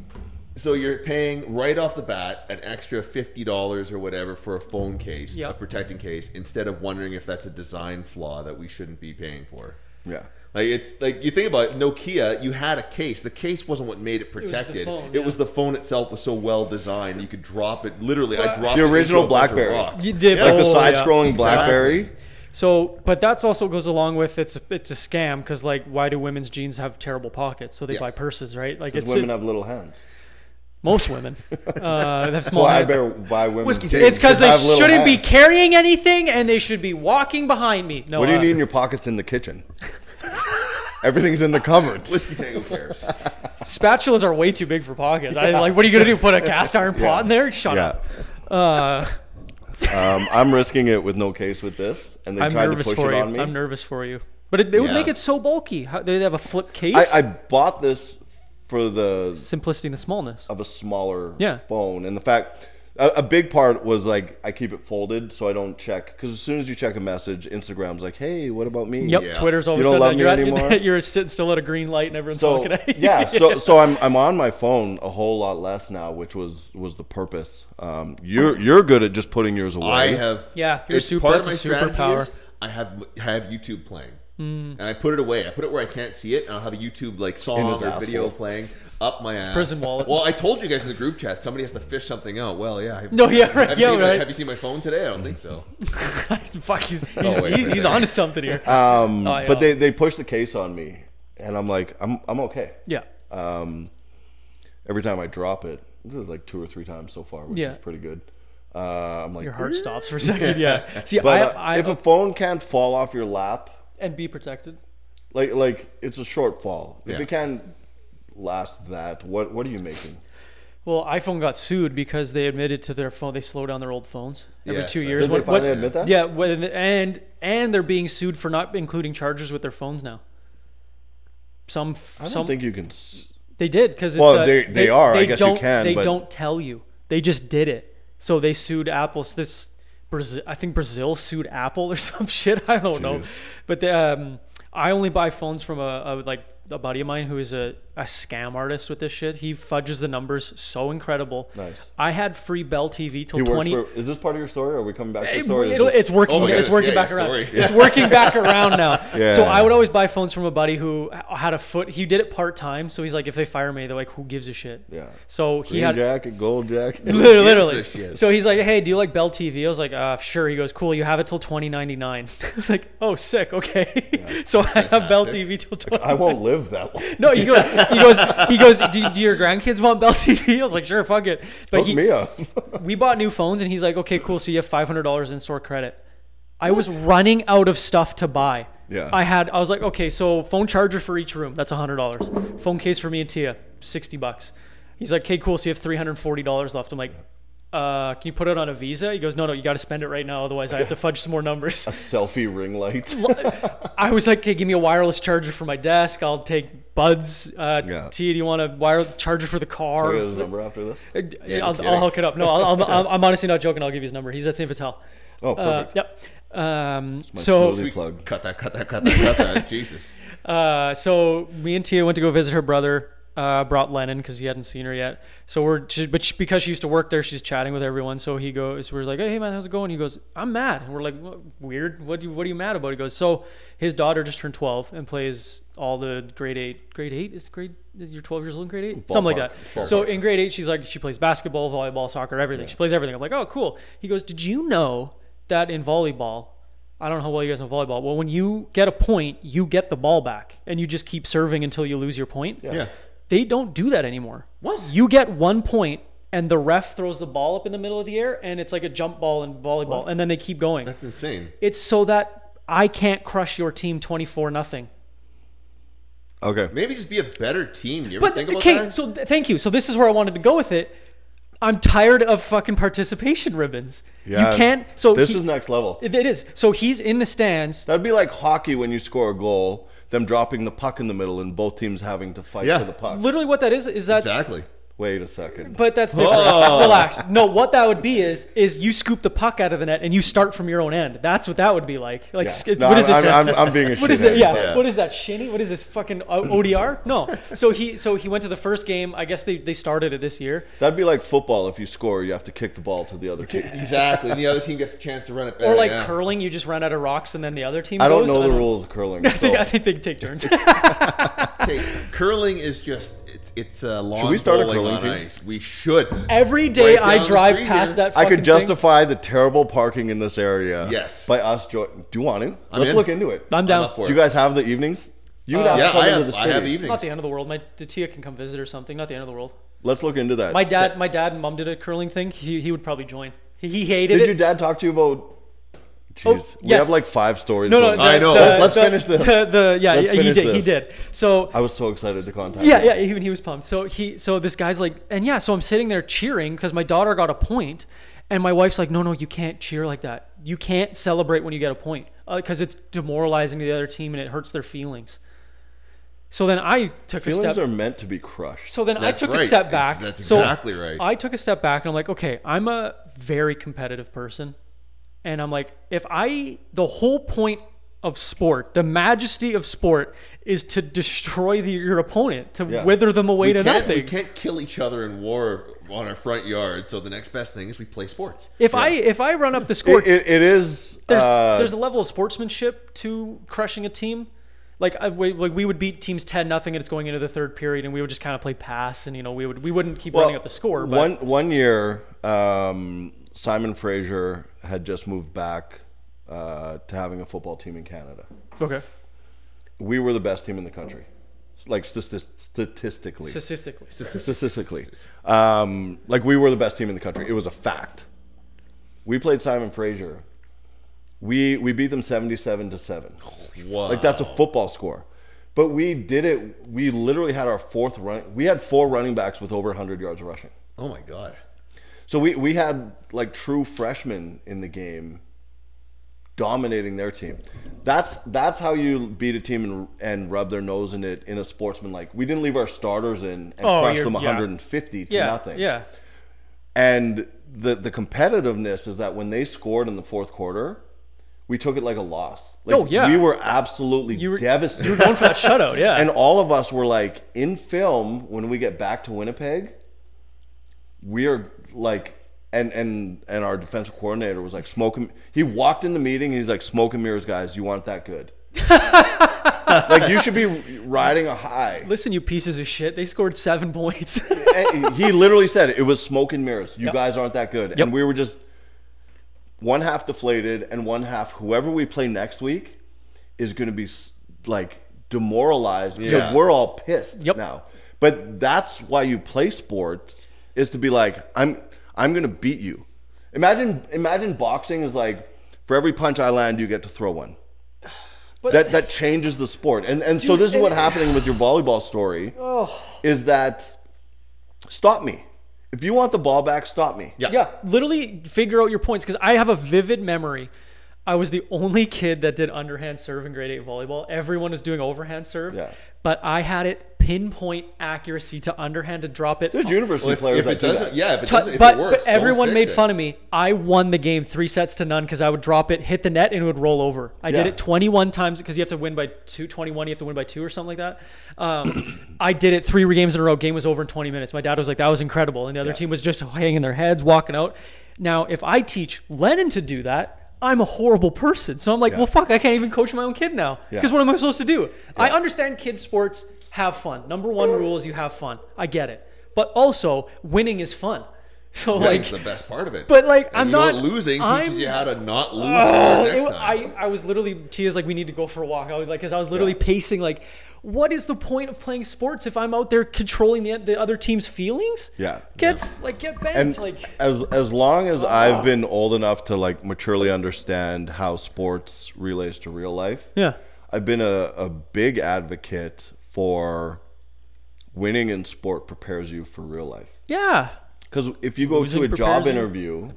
S3: so you're paying right off the bat an extra fifty dollars or whatever for a phone case, a
S2: Yep.
S3: protecting case, instead of wondering if that's a design flaw that we shouldn't be paying for.
S1: Yeah.
S3: Like it's like you think about it, Nokia, you had a case. The case wasn't what made it
S2: was the
S3: protected. It was the
S2: phone,
S3: phone,
S2: yeah.
S3: itself was so well designed. You could drop it literally. I dropped
S1: The
S3: it into
S1: original
S3: a bunch of
S1: BlackBerry.
S3: rocks.
S2: You did,
S1: Like the
S2: Oh, yeah.
S1: side-scrolling BlackBerry.
S2: So, but that's also goes along with it's a, it's a scam because like why do women's jeans have terrible pockets? So they
S3: Yeah.
S2: buy purses, right? Like it's,
S1: Women
S2: it's
S1: have little hands.
S2: most women uh, they have small.
S1: Well, I
S2: hands.
S1: better buy women.
S3: Whiskey
S1: too,
S3: tape.
S2: It's because
S1: I
S2: they
S1: have little
S2: shouldn't be
S1: hands.
S2: carrying anything, and they should be walking behind me. No,
S1: What do you
S2: uh,
S1: need in your pockets in the kitchen? Everything's in the cupboards.
S3: Whiskey Tango cares.
S2: spatulas are way too big for pockets. I like, what are you gonna do? Put a cast iron pot in there? Shut
S1: Yeah.
S2: up. Uh,
S1: Um, I'm risking it with no case with this, and they
S2: I'm
S1: tried to
S2: nervous
S1: push
S2: for
S1: it
S2: you.
S1: on me.
S2: I'm nervous for you. But it, it would
S3: Yeah.
S2: make it so bulky. How, they'd have a flip case.
S1: I, I bought this for the
S2: Simplicity and the smallness.
S1: of a smaller
S2: Yeah.
S1: phone. And the fact, a, a big part was like I keep it folded so I don't check because as soon as you check a message, Instagram's like, "Hey, what about me?"
S2: Yep,
S3: Yeah.
S2: Twitter's always
S1: You don't
S2: said
S1: love
S2: that.
S1: me
S2: You're, at,
S1: anymore?
S2: you're sitting still at a green light and everyone's
S1: So
S2: looking at you.
S1: yeah, so so I'm I'm on my phone a whole lot less now, which was was the purpose. Um, you're you're good at just putting yours away.
S3: I have.
S2: Yeah, you're
S3: it's
S2: super-
S3: Part of my
S2: that's a
S3: strategy
S2: superpower. Mm.
S3: is I have have YouTube playing, and I put it away. I put it where I can't see it, and I'll have a YouTube like song
S1: his
S3: or video
S1: asshole.
S3: playing up my ass.
S2: prison wallet.
S3: Well, I told you guys in the group chat somebody has to fish something out. Well, yeah. I've-
S2: No, yeah, right,
S3: Have you
S2: yeah,
S3: seen my-
S2: right.
S3: have you seen my phone today? I don't think so.
S2: Fuck, he's, he's,
S3: wait
S2: he's,
S3: for
S2: he's
S3: that.
S2: onto something here.
S1: Um,
S2: Oh, I
S1: but
S2: know.
S1: they they push the case on me, and I'm like, I'm I'm okay.
S2: yeah.
S1: Um, every time I drop it, this is like two or three times so far, which
S2: Yeah.
S1: is pretty good. Uh, I'm like,
S2: Your heart stops for a second. Yeah. See,
S1: but uh,
S2: I, I,
S1: if a phone can't fall off your lap,
S2: and be protected.
S1: like like it's a short fall. If
S3: Yeah.
S1: it can't last that, what what are you making?
S2: Well, iPhone got sued because they admitted to their phone. They slow down their old phones every
S3: Yes,
S2: two
S3: I-
S2: years.
S1: Did they finally admit that?
S2: Yeah, when, and and they're being sued for not including chargers with their phones now. Some
S1: I don't
S2: some
S1: think you can. s-
S2: they did because
S1: Well, they- they are. I guess you
S2: don't,
S1: can,
S2: They
S1: but-
S2: don't tell you. They just did it. So they sued Apple. So This Brazil, I think Brazil sued Apple or some shit. I don't know.
S1: Jeez.
S2: But they, um, I only buy phones from a, a like a buddy of mine who is a, a scam artist with this shit. He fudges the numbers so incredible.
S1: Nice.
S2: I had free Bell TV till
S1: He works
S2: twenty.
S1: for. Is this part of your story? Or are we coming back to your
S2: It-
S1: story? Is
S2: it'll-
S1: this-
S2: it's working.
S3: Oh my
S2: it's
S3: goodness,
S2: working
S3: yeah,
S2: back
S3: your
S2: around.
S3: story.
S2: It's working back around now.
S1: Yeah.
S2: So I would always buy phones from a buddy who h- had a foot. He did it part time. So he's like, if they fire me, they're like, who gives a shit?
S1: yeah.
S2: So he
S1: Green
S2: had
S1: jacket, gold jacket.
S2: Literally.
S3: a
S2: literally.
S3: shit?
S2: So he's like, "Hey, do you like Bell TV?" I was like, uh, "Sure." He goes, "Cool. You have it till 2099." I was like, "Oh, sick. Okay." so I have Bell
S3: fantastic.
S2: TV till 20.
S1: I won't live that long.
S2: No, he goes. He goes. He goes. Do, do your grandkids want Bell TV? I was like, "Sure, fuck it." But
S1: Hook
S2: he,
S1: me up.
S2: we bought new phones, and he's like, "Okay, cool. So you have five hundred dollars in store credit." I was running out of stuff to buy.
S1: Yeah.
S2: I had. I was like, okay, so phone charger for each room. That's hundred dollars. Phone case for me and Tia, sixty bucks. He's like, okay, cool. So you have three hundred forty dollars left. I'm like, uh, can you put it on a Visa? He goes, no, no, you got to spend it right now, otherwise I have to fudge some more numbers.
S1: Selfie ring light.
S2: I was like, okay, give me a wireless charger for my desk. I'll take Buds. Uh,
S1: Yeah.
S2: Tia, do you want a wireless charger for the car?
S1: I got his number after this.
S2: Uh,
S3: no
S2: I'll, I'll
S3: kidding.
S2: hook it up. No, I'll, I'll, I'm- I'm honestly not joking. I'll give you his number. He's at St. Vital.
S1: Oh,
S2: Uh,
S1: perfect.
S2: yep. Um,
S1: My
S2: so,
S1: smoothie plug.
S3: Cut that! Cut that! Cut that! Cut that! Jesus.
S2: uh, so me and Tia went to go visit her brother. Uh, brought Lennon because he hadn't seen her yet. So we're, she, but she, because she used to work there, she's chatting with everyone. So he goes, we're like, hey man, how's it going? He goes, I'm mad. And we're like, "What- weird. What do you, what are you mad about? He goes, so his daughter just turned 12 and plays all the grade eight. Grade eight is grade. is You're 12 years old in grade eight, something like
S1: Ballpark.
S2: that.
S1: Sure.
S2: So in grade eight, she's like, she plays basketball, volleyball, soccer, everything. She plays everything. I'm like, oh, cool. He goes, did you know that in volleyball, I don't know how well you guys know volleyball. Well, when you get a point, you get the ball back, and you just keep serving until you lose your point.
S3: Yeah.
S2: They don't do that anymore.
S3: What?
S2: You get one point, and the ref throws the ball up in the middle of the air, and it's like a jump ball in volleyball, and then they keep going.
S3: That's insane.
S2: it's so that I can't crush your team twenty-four nothing.
S1: Okay.
S3: Maybe just be a better team. You ever
S2: But
S3: think about
S2: okay,
S3: that?
S2: so th- thank you. So this is where I wanted to go with it. I'm tired of fucking participation ribbons.
S1: Yeah.
S2: You can't. So
S1: this
S2: he-
S1: is next level.
S2: It, it is. So he's in the stands.
S1: That'd be like hockey when you score a goal, them dropping the puck in the middle and both teams having to fight
S3: Yeah.
S1: for the puck.
S2: Literally, what that is is that.
S3: exactly.
S1: Wait a second.
S2: But that's different. Relax. No, what that would be is is you scoop the puck out of the net and you start from your own end. That's what that would be like. Like
S1: Yeah.
S2: it's,
S1: No,
S2: what is
S1: I'm,
S2: this?
S1: I'm, I'm, I'm being a
S2: what is
S1: shithead,
S2: that? Yeah.
S1: but-
S2: What is that? Shinny? What is this fucking O- ODR? No. So he so he went to the first game. I guess they, they started it this year.
S1: That'd be like football. If you score, you have to kick the ball to the other team.
S3: Exactly. And the other team gets a chance to run it back.
S2: Or like
S3: yeah.
S2: curling, you just run out of rocks and then the other team.
S1: I don't
S2: goes.
S1: know the rules of curling.
S2: I think,
S1: so-
S2: I think they take turns.
S3: Okay, curling is just it's it's a long.
S1: we start a
S3: bowling
S1: curling
S3: on
S1: team?
S3: Ice. We should.
S2: Every day
S3: Right down
S2: I
S3: the
S2: drive
S3: street
S2: past
S3: here.
S2: that.
S1: I
S2: Fucking
S1: could justify the terrible parking in this area.
S3: Yes.
S1: By us joining. Do you want to?
S3: I'm
S1: Let's
S3: in.
S1: look into it.
S2: Thing. I'm Uh,
S3: I'm
S2: down.
S3: up for
S1: Do you
S3: it.
S1: guys have the evenings? You would have
S3: yeah,
S1: to come
S3: I
S1: into
S3: have,
S1: the
S3: I
S1: city.
S3: have
S2: Not
S3: evenings.
S2: the end of the world. My Tia can come visit or something. Not the end of the world.
S1: Let's look into that.
S2: My dad, my dad and mom did a curling thing. He, he would probably join. He, he hated
S1: Did
S2: it. Oh,
S1: your dad talk to you about? Jeez, we
S2: yes.
S1: have like five stories.
S2: no, no,
S1: going
S2: the-
S1: on.
S3: I know.
S2: the-
S1: Let- Let's
S2: the-
S1: finish this.
S2: The, the- yeah,
S1: Let's
S2: yeah, he
S1: finish
S2: did. He
S1: this.
S2: did. So
S1: I was so excited to contact.
S2: yeah,
S1: you.
S2: yeah, even he was pumped. So he, so this guy's like, and yeah, so I'm sitting there cheering because my daughter got a point, and my wife's like, no, no, you can't cheer like that. You can't uh, celebrate when you get a point because it's demoralizing to the other team and it hurts their feelings. So then I took a
S1: Feelings
S2: step.
S1: are meant to be crushed.
S2: So then I
S3: That's
S2: took a
S3: right.
S2: step
S3: It's-
S2: back.
S3: that's
S2: So
S3: exactly right.
S2: I took a step back and I'm like, okay, I'm a very competitive person. And I'm like, if I, the whole point of sport, the majesty of sport is to destroy the, your opponent, to
S1: Yeah.
S2: wither them away to
S3: we can't, we
S2: nothing.
S3: can't kill each other in war on our front yard. So the next best thing is we play sports.
S2: If I if I run up the score,
S1: it, it, it is.
S2: there's,
S1: uh,
S2: there's a level of sportsmanship to crushing a team. Like, I, we, like we would beat teams ten nothing, and it's going into the third period, and we would just kind of play pass, and you know we would we wouldn't keep running up the score. But
S1: One one year, um, Simon Fraser had just moved back uh, to having a football team in Canada.
S2: okay,
S1: We were the best team in the country, like statis- statistically.
S2: statistically,
S1: statistically. Um, like we were the best team in the country. It was a fact. We played Simon Fraser. We we beat them seventy-seven to seven.
S3: Wow.
S1: Like that's a football score. But we did it. We literally had our fourth run. We had four running backs with over 100 yards rushing.
S3: oh my god.
S1: So we, we had like true freshmen in the game dominating their team. That's that's how you beat a team and, and rub their nose in it in a sportsman like we didn't leave our starters in and
S2: Oh,
S1: crush
S2: you're-
S1: them
S2: yeah.
S1: 150 to
S2: yeah,
S1: nothing.
S2: yeah.
S1: And the the competitiveness is that when they scored in the fourth quarter, we took it like a loss. Like,
S2: Oh, yeah.
S1: we were absolutely
S2: You were-
S1: devastated.
S2: You were going for that shutout, yeah.
S1: And all of us were like, in film, when we get back to Winnipeg, we are like, and and and our defensive coordinator was like, smoking. He walked in the meeting and he's like, smoke and mirrors, guys. You want that good? like you should be riding a high.
S2: Listen, you pieces of shit. They scored seven points.
S1: And he literally said it was smoke and mirrors. You
S2: Yep.
S1: guys aren't that good,
S2: Yep.
S1: and we were just one half deflated, and one half whoever we play next week is going to be s- like demoralized because
S3: Yeah.
S1: we're all pissed
S2: Yep.
S1: now. But that's why you play sports is to be like I'm I'm going to beat you. Imagine imagine boxing is like for every punch I land, you get to throw one.
S2: But
S1: That that changes the sport, and and so
S2: Dude,
S1: this is what's
S2: and-
S1: happening with your volleyball story
S2: oh,
S1: is that stop me. If you want the ball back, stop me.
S2: yeah. Literally figure out your points because I have a vivid memory. I was the only kid that did underhand serve in grade eight volleyball. Everyone was doing overhand serve,
S1: Yeah.
S2: but I had it pinpoint accuracy to underhand to drop it.
S1: There's university players
S3: If it
S1: that do
S3: doesn't,
S1: that.
S3: yeah. If it
S2: But,
S3: doesn't, if
S2: but-
S3: it works,
S2: but everyone made fun of me. I won the game three sets to none because I would drop it, hit the net, and it would roll over. I did
S1: Yeah.
S2: it 21 times because you have to win by two, 21, you have to win by two or something like that. Um, I did it three games in a row. Game was over in 20 minutes. My dad was like, that was incredible. And the other team was just hanging their heads, walking out. Now, if I teach Lennon to do that, I'm a horrible person. So I'm like, well, fuck, I can't even coach my own kid now.
S1: Yeah.
S2: Because what am I supposed to do? I understand kids' sports have fun. Number one rule is you have fun. I get it. But also, winning is fun. So, like,
S3: Like the best part of it.
S2: But, like,
S3: And
S2: I'm
S3: you know what?
S2: not-
S3: losing.
S2: I'm-
S3: teaches you how to not lose
S2: Oh,
S3: next
S2: it-
S3: time.
S2: I, I was literally Tia's like, we need to go for a walk. I was like, because I was literally pacing like, what is the point of playing sports if I'm out there controlling the, the other team's feelings?
S1: Yeah.
S2: get like get bent
S1: And
S2: like.
S1: as as long as I've been old enough to like maturely understand how sports relates to real life,
S2: Yeah,
S1: I've been a, a big advocate for winning in sport prepares you for real life.
S2: yeah,
S1: Because if you go
S2: Losing
S1: to a job
S2: prepares you.
S1: interview,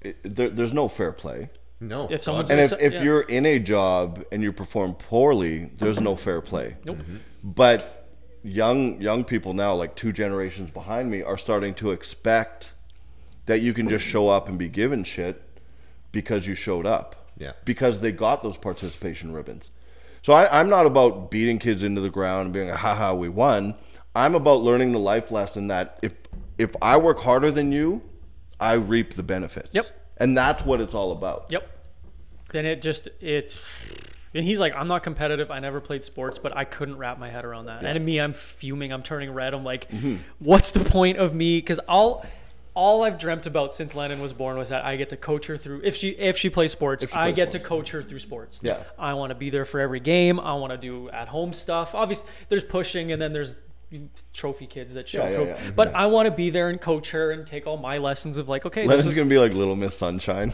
S1: it, there, there's no fair play.
S3: no.
S2: If someone's-
S1: And if,
S2: So-
S1: if
S2: yeah.
S1: you're in a job and you perform poorly, there's no fair play. Nope. But young young people now, like two generations behind me, are starting to expect that you can just show up and be given shit because you showed up.
S3: Yeah.
S1: Because they got those participation ribbons. So I, I'm not about beating kids into the ground and being like, haha, we won. I'm about learning the life lesson that if if I work harder than you, I reap the benefits.
S2: Yep.
S1: And that's what it's all about.
S2: yep. Then it just it's. And he's like, I'm not competitive. I never played sports, but I couldn't wrap my head around that. And to me, I'm fuming. I'm turning red. I'm like,
S1: Mm-hmm.
S2: what's the point of me? Because all, all I've dreamt about since Lennon was born was that I get to coach her through. If she if she plays sports,
S1: she
S2: I
S1: plays
S2: get to
S1: sports.
S2: coach her through sports.
S1: Yeah.
S2: I want to be there for every game. I want to do at home stuff. Obviously, there's pushing, and then there's trophy kids that show.
S1: Yeah, yeah,
S2: proof.
S1: yeah.
S2: But I want to be there and coach her and take all my lessons of like, okay, this
S1: Lennon's
S2: is
S1: gonna be like Little Miss Sunshine.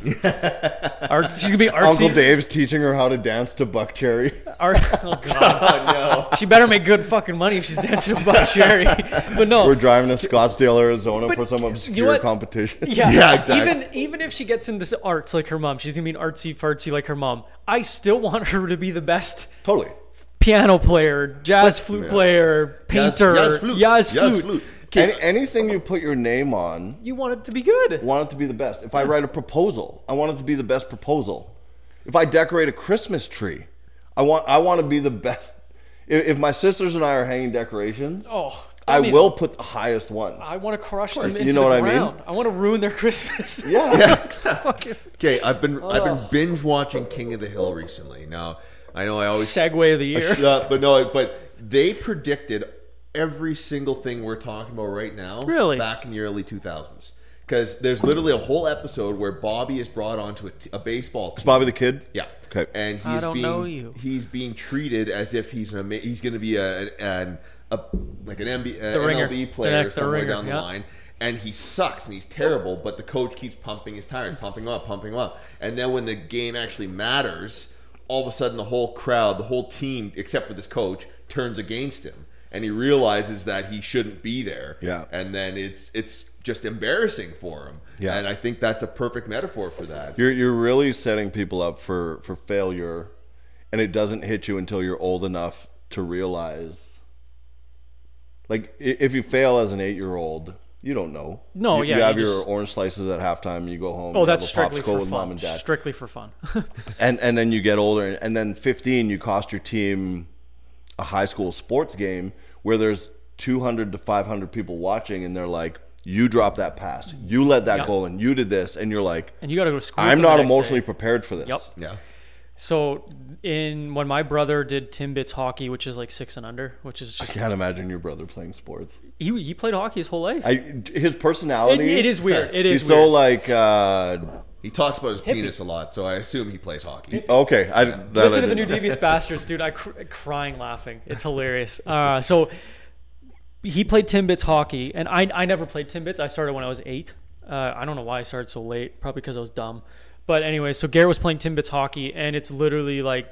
S2: art. She's gonna be artsy.
S1: Uncle Dave's teaching her how to dance to Buck Cherry.
S2: Art, oh god, no. She better make good fucking money if she's dancing to Buck Cherry. But no,
S1: We're driving to Scottsdale, Arizona for some
S2: Oh. you
S1: obscure
S2: know what?
S1: competition.
S2: Yeah,
S3: Yeah, exactly.
S2: Even even if she gets into arts like her mom, she's gonna be an artsy fartsy like her mom. I still want her to be the best
S1: Totally.
S2: piano player, jazz flute player, painter,
S3: jazz flute.
S2: jazz
S3: Jazz
S2: flute.
S3: flute.
S1: Any, anything you put your name on,
S2: You want it to be good.
S1: want it to be the best. If I write a proposal, I want it to be the best proposal. If I decorate a Christmas tree, I want I want to be the best. If, if my sisters and I are hanging decorations,
S2: Oh,
S1: I
S2: mean-
S1: will put the highest one.
S2: I want to crush them
S1: course.
S2: into
S1: You know
S2: the
S1: what I mean?
S2: ground. I want to ruin their Christmas.
S1: yeah.
S2: Fucking
S3: Okay, I've been I've been
S2: Ugh.
S3: binge watching King of the Hill recently. Now I know I always
S2: segue of the year.
S3: Uh, but no, but they predicted every single thing we're talking about right now.
S2: Really?
S3: Back in the early 2000s. Because there's literally a whole episode where Bobby is brought onto a, t- a baseball team.
S1: Bobby the Kid.
S3: Yeah.
S1: Okay.
S3: And he's
S2: I don't
S3: being
S2: know you.
S3: he's being treated as if he's an ama- he's going to be a, an a like an MB, uh,
S2: ringer.
S3: MLB
S2: The
S3: player
S2: next- the
S3: somewhere
S2: ringer,
S3: down the
S2: yeah.
S3: line. And he sucks and he's terrible, but the coach keeps pumping his tires, pumping him up, pumping him up. And then when the game actually matters, all of a sudden the whole crowd, the whole team, except for this coach, turns against him, and he realizes that he shouldn't be there.
S1: Yeah.
S3: And then it's it's just embarrassing for him.
S1: Yeah.
S3: And I think that's a perfect metaphor for that.
S1: You're you're really setting people up for for failure, and it doesn't hit you until you're old enough to realize. Like i- if you fail as an eight year old, you don't know.
S2: No,
S1: you,
S2: yeah,
S1: you
S2: you
S1: have your
S2: just-
S1: orange slices at halftime. You go home.
S2: Oh,
S1: you
S2: that's
S1: have a
S2: strictly
S1: popsicle
S2: for
S1: with mom
S2: fun.
S1: and dad.
S2: Strictly for fun.
S1: and and then you get older, and, and then 15, you cost your team a high school sports game where there's 200 to 500 people watching, and they're like, "You dropped that pass. You let that
S2: Yeah.
S1: goal, and you did this," and you're like.
S2: and you got to go to school.
S1: I'm
S2: for the
S1: not
S2: next day.
S1: emotionally prepared for this.
S2: Yep.
S3: Yeah.
S2: So in when my brother did Timbits hockey, which is like six and under, which is
S1: I
S2: just
S1: can't imagine your brother playing sports.
S2: he he played hockey his whole life.
S1: I his
S2: it,
S1: personality.
S2: it is weird. It is
S1: He's
S2: weird.
S1: so like. Uh,
S3: He talks about his penis a lot, so I assume he plays hockey.
S1: okay, I that I
S2: Listen to the new
S1: didn't know.
S2: Devious Bastards, dude. I cr- crying laughing. It's hilarious. Uh, so he played Timbits hockey, and I I never played Timbits. I started when I was eight. Uh, I don't know why I started so late. Probably because I was dumb. But anyway, so Garrett was playing Timbits hockey, and it's literally like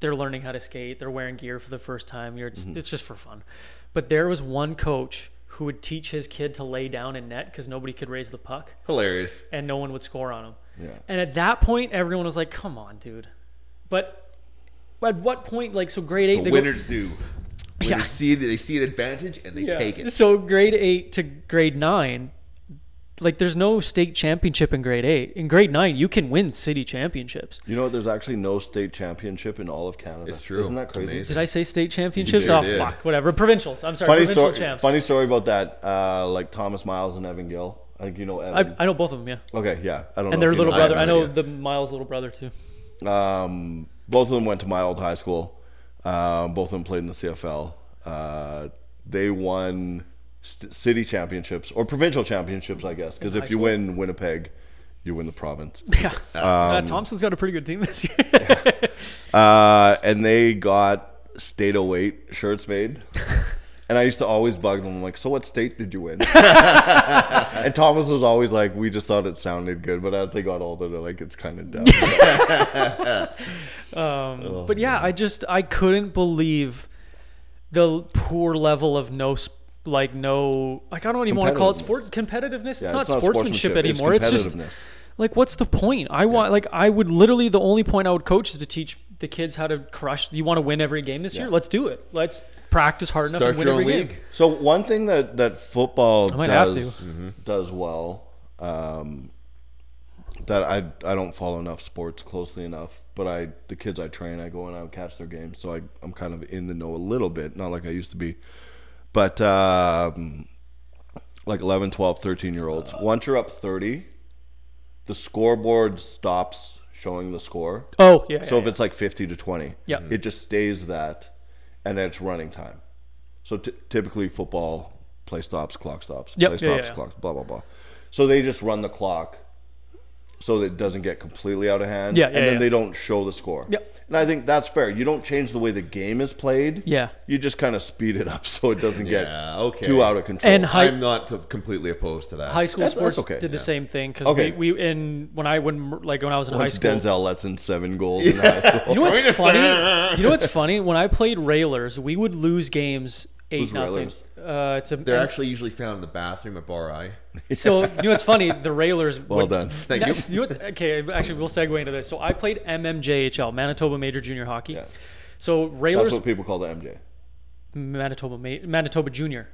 S2: they're learning how to skate. They're wearing gear for the first time. You're, it's, it's just for fun. But there was one coach who would teach his kid to lay down in net because nobody could raise the puck
S3: Hilarious.
S2: and no one would score on him.
S1: Yeah.
S2: And at that point, everyone was like, "Come on, dude!" But at what point, like, so grade eight, they
S3: The
S2: go-
S3: winners do. Winners
S2: Yeah.
S3: see they see an advantage and they
S2: Yeah.
S3: take it.
S2: So grade eight to grade nine, like, there's no state championship in grade eight. In grade nine, you can win city championships.
S1: You know, what? there's actually no state championship in all of Canada.
S3: It's true.
S1: Isn't that
S3: It's
S1: crazy?
S3: amazing.
S2: Did I say state championships?
S3: sure
S2: oh
S3: did.
S2: fuck, whatever. Provincials. I'm sorry.
S1: Funny
S2: provincial
S1: story.
S2: champs.
S1: Funny story about that. Uh, like Thomas Miles and Evan Gill. I think you know Evan.
S2: I, I know both of them. Yeah.
S1: okay, yeah, I don't. know
S2: And their
S1: if you
S2: little
S1: know
S2: brother.
S3: no
S2: I know
S3: idea.
S2: the Miles' little brother too.
S1: Um, both of them went to my old high school. Um, both of them played in the CFL. Uh, they won st- city championships or provincial championships, I guess, because if you win Winnipeg, you win the province.
S2: Yeah.
S3: Um,
S2: uh, Thompson's got a pretty good team this year.
S1: Uh, and they got state 08 shirts made. And I used to always bug them. I'm like, so what state did you win? and Thomas was always like, we just thought it sounded good. But as they got older, they're like, it's kind of dumb.
S2: but yeah, I just I couldn't believe the l- poor level of no sp- like no like I don't even want to call it sport competitiveness. it's, not sportsmanship, anymore. It's, just
S1: competitiveness.
S2: like what's the point? I want like I would literally the only point I would coach is to teach the kids how to crush. You want to win every game this year? Let's do it. Let's practice hard enough
S3: Start
S2: and win
S3: your own
S2: every
S3: league.
S2: game.
S1: So one thing that that football
S2: might have
S1: does
S2: to.
S1: does well um, that I I don't follow enough sports closely enough, but I the kids I train I go and I catch their games, so I I'm kind of in the know a little bit, not like I used to be, but um, like 11, 12, 13 year olds. Once you're up thirty, the scoreboard stops showing the score.
S2: Oh yeah.
S1: So
S2: yeah,
S1: if it's like 50 to 20,
S2: Yeah.
S1: it just stays that, and then it's running time. So t- typically football, play stops, clock stops,
S2: Yep,
S1: play
S2: yeah,
S1: stops,
S2: yeah, yeah.
S1: clock, blah blah blah. So they just run the clock, so that it doesn't get completely out of hand.
S2: Yeah,
S1: and
S2: yeah,
S1: then
S2: yeah.
S1: they don't show the score.
S2: Yep.
S1: And I think that's fair. You don't change the way the game is played.
S2: Yeah.
S1: You just kind of speed it up so it doesn't get
S3: Yeah, okay.
S1: too out of control.
S2: and high
S3: I'm not to- completely opposed to that.
S2: high school
S1: That's- that's
S2: sports
S1: okay,
S2: did the
S1: yeah.
S2: same thing because
S1: Okay.
S2: we, we in when I when like when I was in high
S1: once
S2: school.
S1: Denzel lets in seven goals in high school.
S2: You know
S3: Can we
S2: what's
S3: just-
S2: funny? you know what's funny? When I played Railers, we would lose games eight
S1: Who's
S2: nothing.
S1: Railers?
S2: Uh, it's a
S3: They're actually usually found in the bathroom at Bar I.
S2: so you know what's funny? The Railers.
S1: well done.
S3: Thank you.
S2: Next, you know what- okay, actually, we'll segue into this. So I played MMJHL, Manitoba Major Junior Hockey.
S1: Yeah.
S2: So
S1: That's
S2: Railers
S1: what people call the MJ.
S2: Manitoba Ma- Manitoba Junior.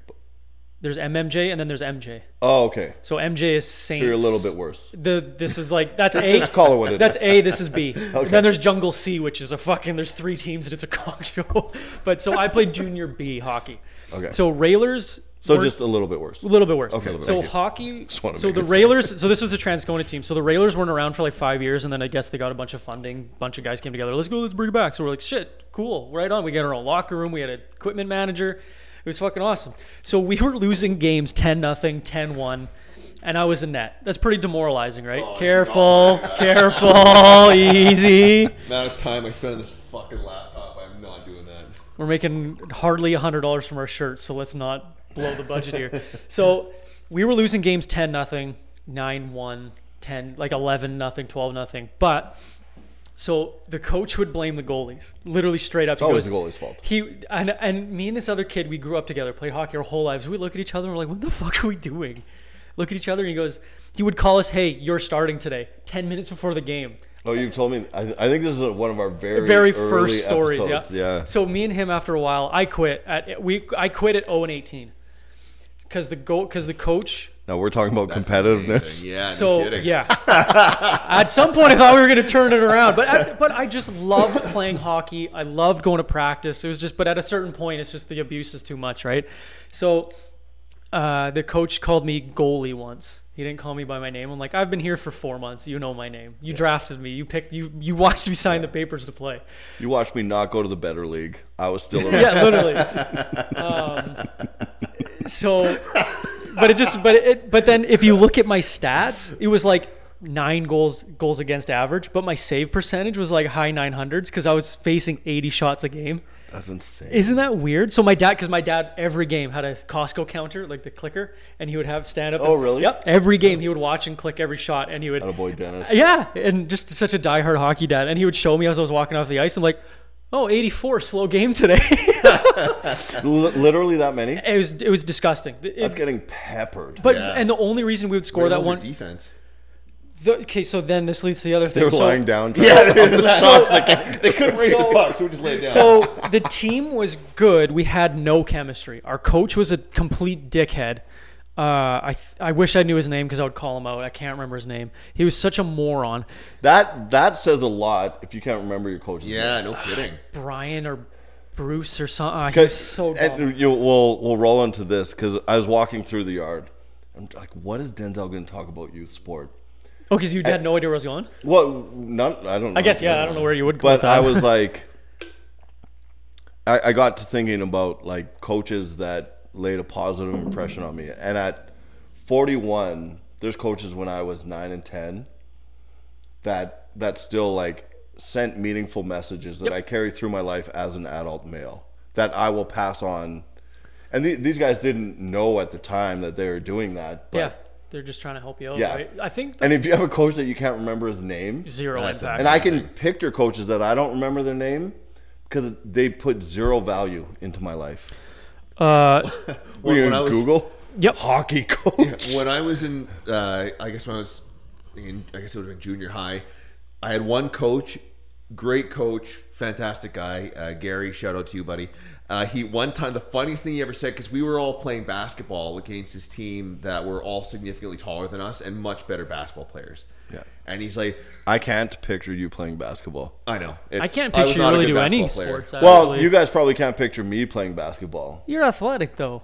S2: There's MMJ and then there's MJ.
S1: Oh, okay.
S2: So MJ is Saints.
S1: So you're a little bit worse.
S2: The this is like that's A.
S1: Just call it what it
S2: that's
S1: is.
S2: A. This is B. Then there's Jungle C, which is a fucking. There's three teams and it's a cock show. but so I played Junior B hockey.
S1: Okay.
S2: So Railers.
S1: So
S2: were-
S1: just a little bit worse.
S2: a little bit worse.
S1: Okay,
S2: so
S1: thank you.
S2: hockey.
S1: wanna
S2: So
S1: make
S2: the
S1: it-
S2: Railers. So this was the Transcona team. So the Railers weren't around for like five years, and then I guess they got a bunch of funding. Bunch of guys came together. Let's go. Let's bring it back. So we're like, shit, cool, right on. We got our own locker room. We had an equipment manager. It was fucking awesome. So we were losing games 10 nothing, 10 1, and I was in net. That's pretty demoralizing, right? careful, careful, easy.
S3: amount of time I spent on this fucking laptop, I'm not doing that.
S2: We're making hardly $100 from our shirts, so let's not blow the budget here. So we were losing games 10 nothing, 9 1, 10, like 11 nothing, 12 nothing. But so the coach would blame the goalies, literally straight up. It's
S1: always the goalie's fault.
S2: He and, and me and this other kid, we grew up together, played hockey our whole lives. We look at each other and we're like, what the fuck are we doing? Look at each other and he goes, he would call us, hey, you're starting today, 10 minutes before the game
S1: Oh, you've told me. I, I think this is one of our very
S2: very
S1: early
S2: first stories.
S1: episodes,
S2: Yeah.
S1: yeah.
S2: So me and him, after a while, I quit. At we, I quit at 0 and 18 because the goal, because the coach.
S1: now we're talking about competitiveness.
S3: Yeah, no
S2: So
S3: kidding.
S2: yeah, at some point I thought we were going to turn it around, but I, but I just loved playing hockey. I loved going to practice. It was just, but at a certain point, it's just the abuse is too much, right? So uh, the coach called me goalie once. He didn't call me by my name. I'm like, I've been here for four months. You know my name. You drafted me. You picked. You you watched me sign the papers to play.
S1: You watched me not go to the better league. I was still around.
S2: yeah, literally. Um, so, but it just, but it, but then if you look at my stats, it was like nine goals goals against average, but my save percentage was like high nine hundreds because I was facing eighty shots a game.
S1: That's insane.
S2: Isn't that weird? So my dad, because my dad every game had a Costco counter, like the clicker, and he would have stand up.
S1: Oh,
S2: and-
S1: really?
S2: Yep. Every game he would watch and click every shot, and he would.
S1: Attaboy, Dennis.
S2: Yeah, and just such a diehard hockey dad. And he would show me as I was walking off the ice. I'm like, oh, 84, slow game today.
S1: L- literally that many.
S2: It was it was disgusting. It-
S1: That's getting peppered.
S2: but
S3: Yeah.
S2: and the only reason we would score
S3: Where
S2: that
S3: was your
S2: one.
S3: defense.
S2: the- okay, so then this leads to the other thing.
S1: they were
S2: so,
S1: lying down. Yeah, the shots that came-
S3: They couldn't raise the puck, so we just laid it down.
S2: So the team was good. We had no chemistry. Our coach was a complete dickhead. Uh, I th- I wish I knew his name because I would call him out. I can't remember his name. He was such a moron.
S1: that that says a lot if you can't remember your coach's name.
S3: yeah, no kidding.
S2: Brian or Bruce or something. Uh, he was so dumb.
S1: and you, we'll we'll roll into this because I was walking through the yard. I'm like, what is Denzel going to talk about youth sport?
S2: oh, because you had no idea where I was going.
S1: Well, none. I don't. Know.
S2: I guess yeah. I don't know where you would go. with
S1: But
S2: that.
S1: I was like, I, I got to thinking about like coaches that laid a positive impression on me, and at 41, there's coaches when I was nine and 10 that that still like sent meaningful messages that I carry through my life as an adult male that I will pass on. And the, these guys didn't know at the time that they were doing that. But,
S2: yeah. They're just trying to help you out.
S1: Yeah.
S2: Right? I think the
S1: And if you have a coach that you can't remember his name,
S2: zero
S3: That's a-
S2: impact.
S1: and I can picture coaches that I don't remember their name because they put zero value into my life.
S2: uh,
S1: Were you
S3: when
S1: in
S3: I was-
S1: Google?
S2: yep.
S1: Hockey coach.
S3: when I was in, uh, I guess when I was in, I guess it would have been junior high. I had one coach, great coach, fantastic guy, uh, Gary. Shout out to you, buddy. Uh, he one time the funniest thing he ever said because we were all playing basketball against his team that were all significantly taller than us and much better basketball players.
S1: Yeah.
S3: and he's like,
S1: I can't picture you playing basketball.
S3: I know.
S2: I
S3: it's-
S2: can't
S3: was
S2: picture you
S3: not a
S2: really
S3: good
S2: do any
S3: basketball player."
S2: sports.
S1: Well,
S2: actually.
S1: you guys probably can't picture me playing basketball.
S2: You're athletic though.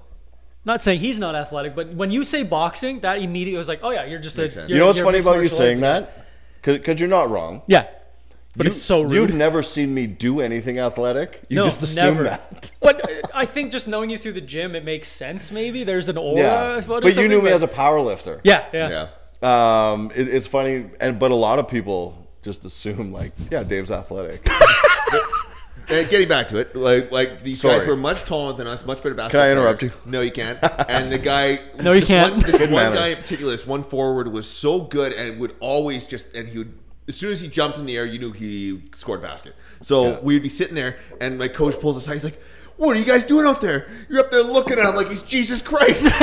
S2: Not saying he's not athletic, but when you say boxing, that immediately was like, oh yeah, you're just a.
S3: Makes sense.
S2: you're-
S1: you know what's
S2: you're a
S1: funny
S2: mixed
S1: about you
S2: martial
S1: saying
S2: arts
S1: that? Because you're not wrong.
S2: guy. Yeah, but it's so rude.
S1: You've never seen me do anything athletic. You
S2: No,
S1: just assume
S2: never.
S1: that.
S2: but uh, I think just knowing you through the gym, it makes sense. Maybe there's an aura.
S1: Yeah.
S2: about it or
S1: But you
S2: something,
S1: knew me
S2: but-
S1: as a power lifter.
S2: Yeah, yeah,
S3: Yeah.
S1: Um, it, it's funny, and but a lot of people just assume like, yeah, Dave's athletic.
S3: And getting back to it, like, like these guys
S1: Sorry.
S3: were much taller than us, much better basketball.
S1: Can I interrupt
S3: players.
S1: you?
S3: No, you can't. And the guy,
S2: No, you
S3: this
S2: can't.
S3: One, this
S1: Good
S3: one guy in
S1: manners.
S3: particular, this one forward was so good and would always just and he would. As soon as he jumped in the air, you knew he scored a basket. So
S1: Yeah.
S3: we'd be sitting there, and my coach pulls us aside. He's like, "What are you guys doing out there? You're up there looking at him like he's Jesus Christ."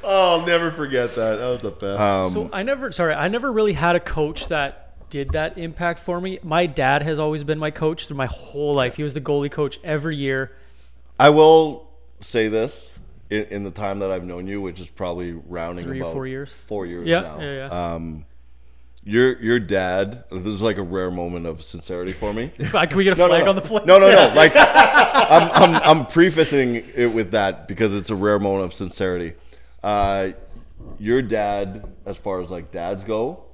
S3: oh, I'll never forget that. That was the best.
S1: Um,
S2: So I never, sorry, I never really had a coach that did that impact for me. My dad has always been my coach through my whole life. He was the goalie coach every year.
S1: I will say this in, in the time that I've known you, which is probably rounding
S2: Three or
S1: about
S2: four years.
S1: Four years
S2: Yeah,
S1: now.
S2: yeah, yeah.
S1: Um, your your dad. This is like a rare moment of sincerity for me.
S2: Can we get a
S1: No,
S2: flag
S1: no, no.
S2: on the play?
S1: No, no, no. Like, I'm, I'm, I'm prefacing it with that because it's a rare moment of sincerity. Uh, your dad, as far as like dads go,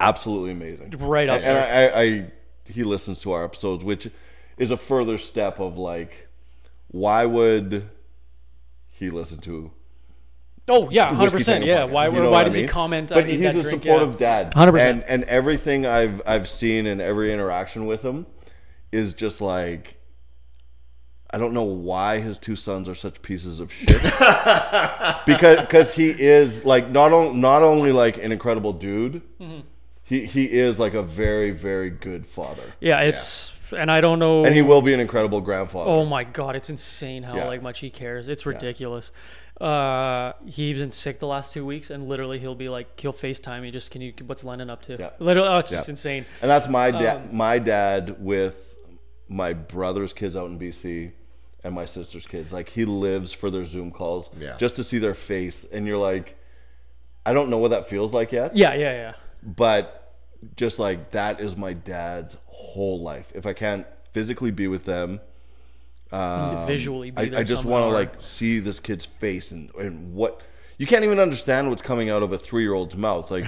S1: absolutely amazing.
S2: Right up
S1: And
S2: there.
S1: I, I, I, he listens to our episodes, which is a further step of like, why would he listen to?
S2: Oh yeah, hundred
S1: Whiskey
S2: percent.
S1: Tango
S2: Yeah.
S1: Podcast?
S2: Why?
S1: You know
S2: why
S1: what I
S2: does he
S1: mean?
S2: comment?
S1: But
S2: I need
S1: he's
S2: that
S1: a
S2: drink,
S1: supportive
S2: yeah.
S1: dad.
S2: 100%.
S1: And and everything I've I've seen and every interaction with him is just like I don't know why his two sons are such pieces of shit. because because he is like not on, not only like an incredible dude,
S2: Mm-hmm.
S1: he he is like a very very good father,
S2: Yeah, it's and I don't know.
S1: and he will be an incredible grandfather.
S2: Oh my god, it's insane how
S1: Yeah.
S2: like much he cares. It's ridiculous. Uh, he's been sick the last two weeks, and literally he'll be like, he'll FaceTime you. Just can you? What's Lennon up to?
S1: Yeah.
S2: Literally, oh, it's
S1: Yeah.
S2: just insane.
S1: And that's my dad. my dad with my brother's kids out in BC and my sister's kids. Like he lives for their Zoom calls,
S3: Yeah.
S1: just to see their face. And you're like, I don't know what that feels like yet,
S2: Yeah, yeah, yeah.
S1: but just like that is my dad's whole life. If I can't physically be with them, um,
S2: Visually, be
S1: I,
S2: there
S1: I just
S2: somehow.
S1: want to like see this kid's face and, and what you can't even understand what's coming out of a three year old's mouth. Like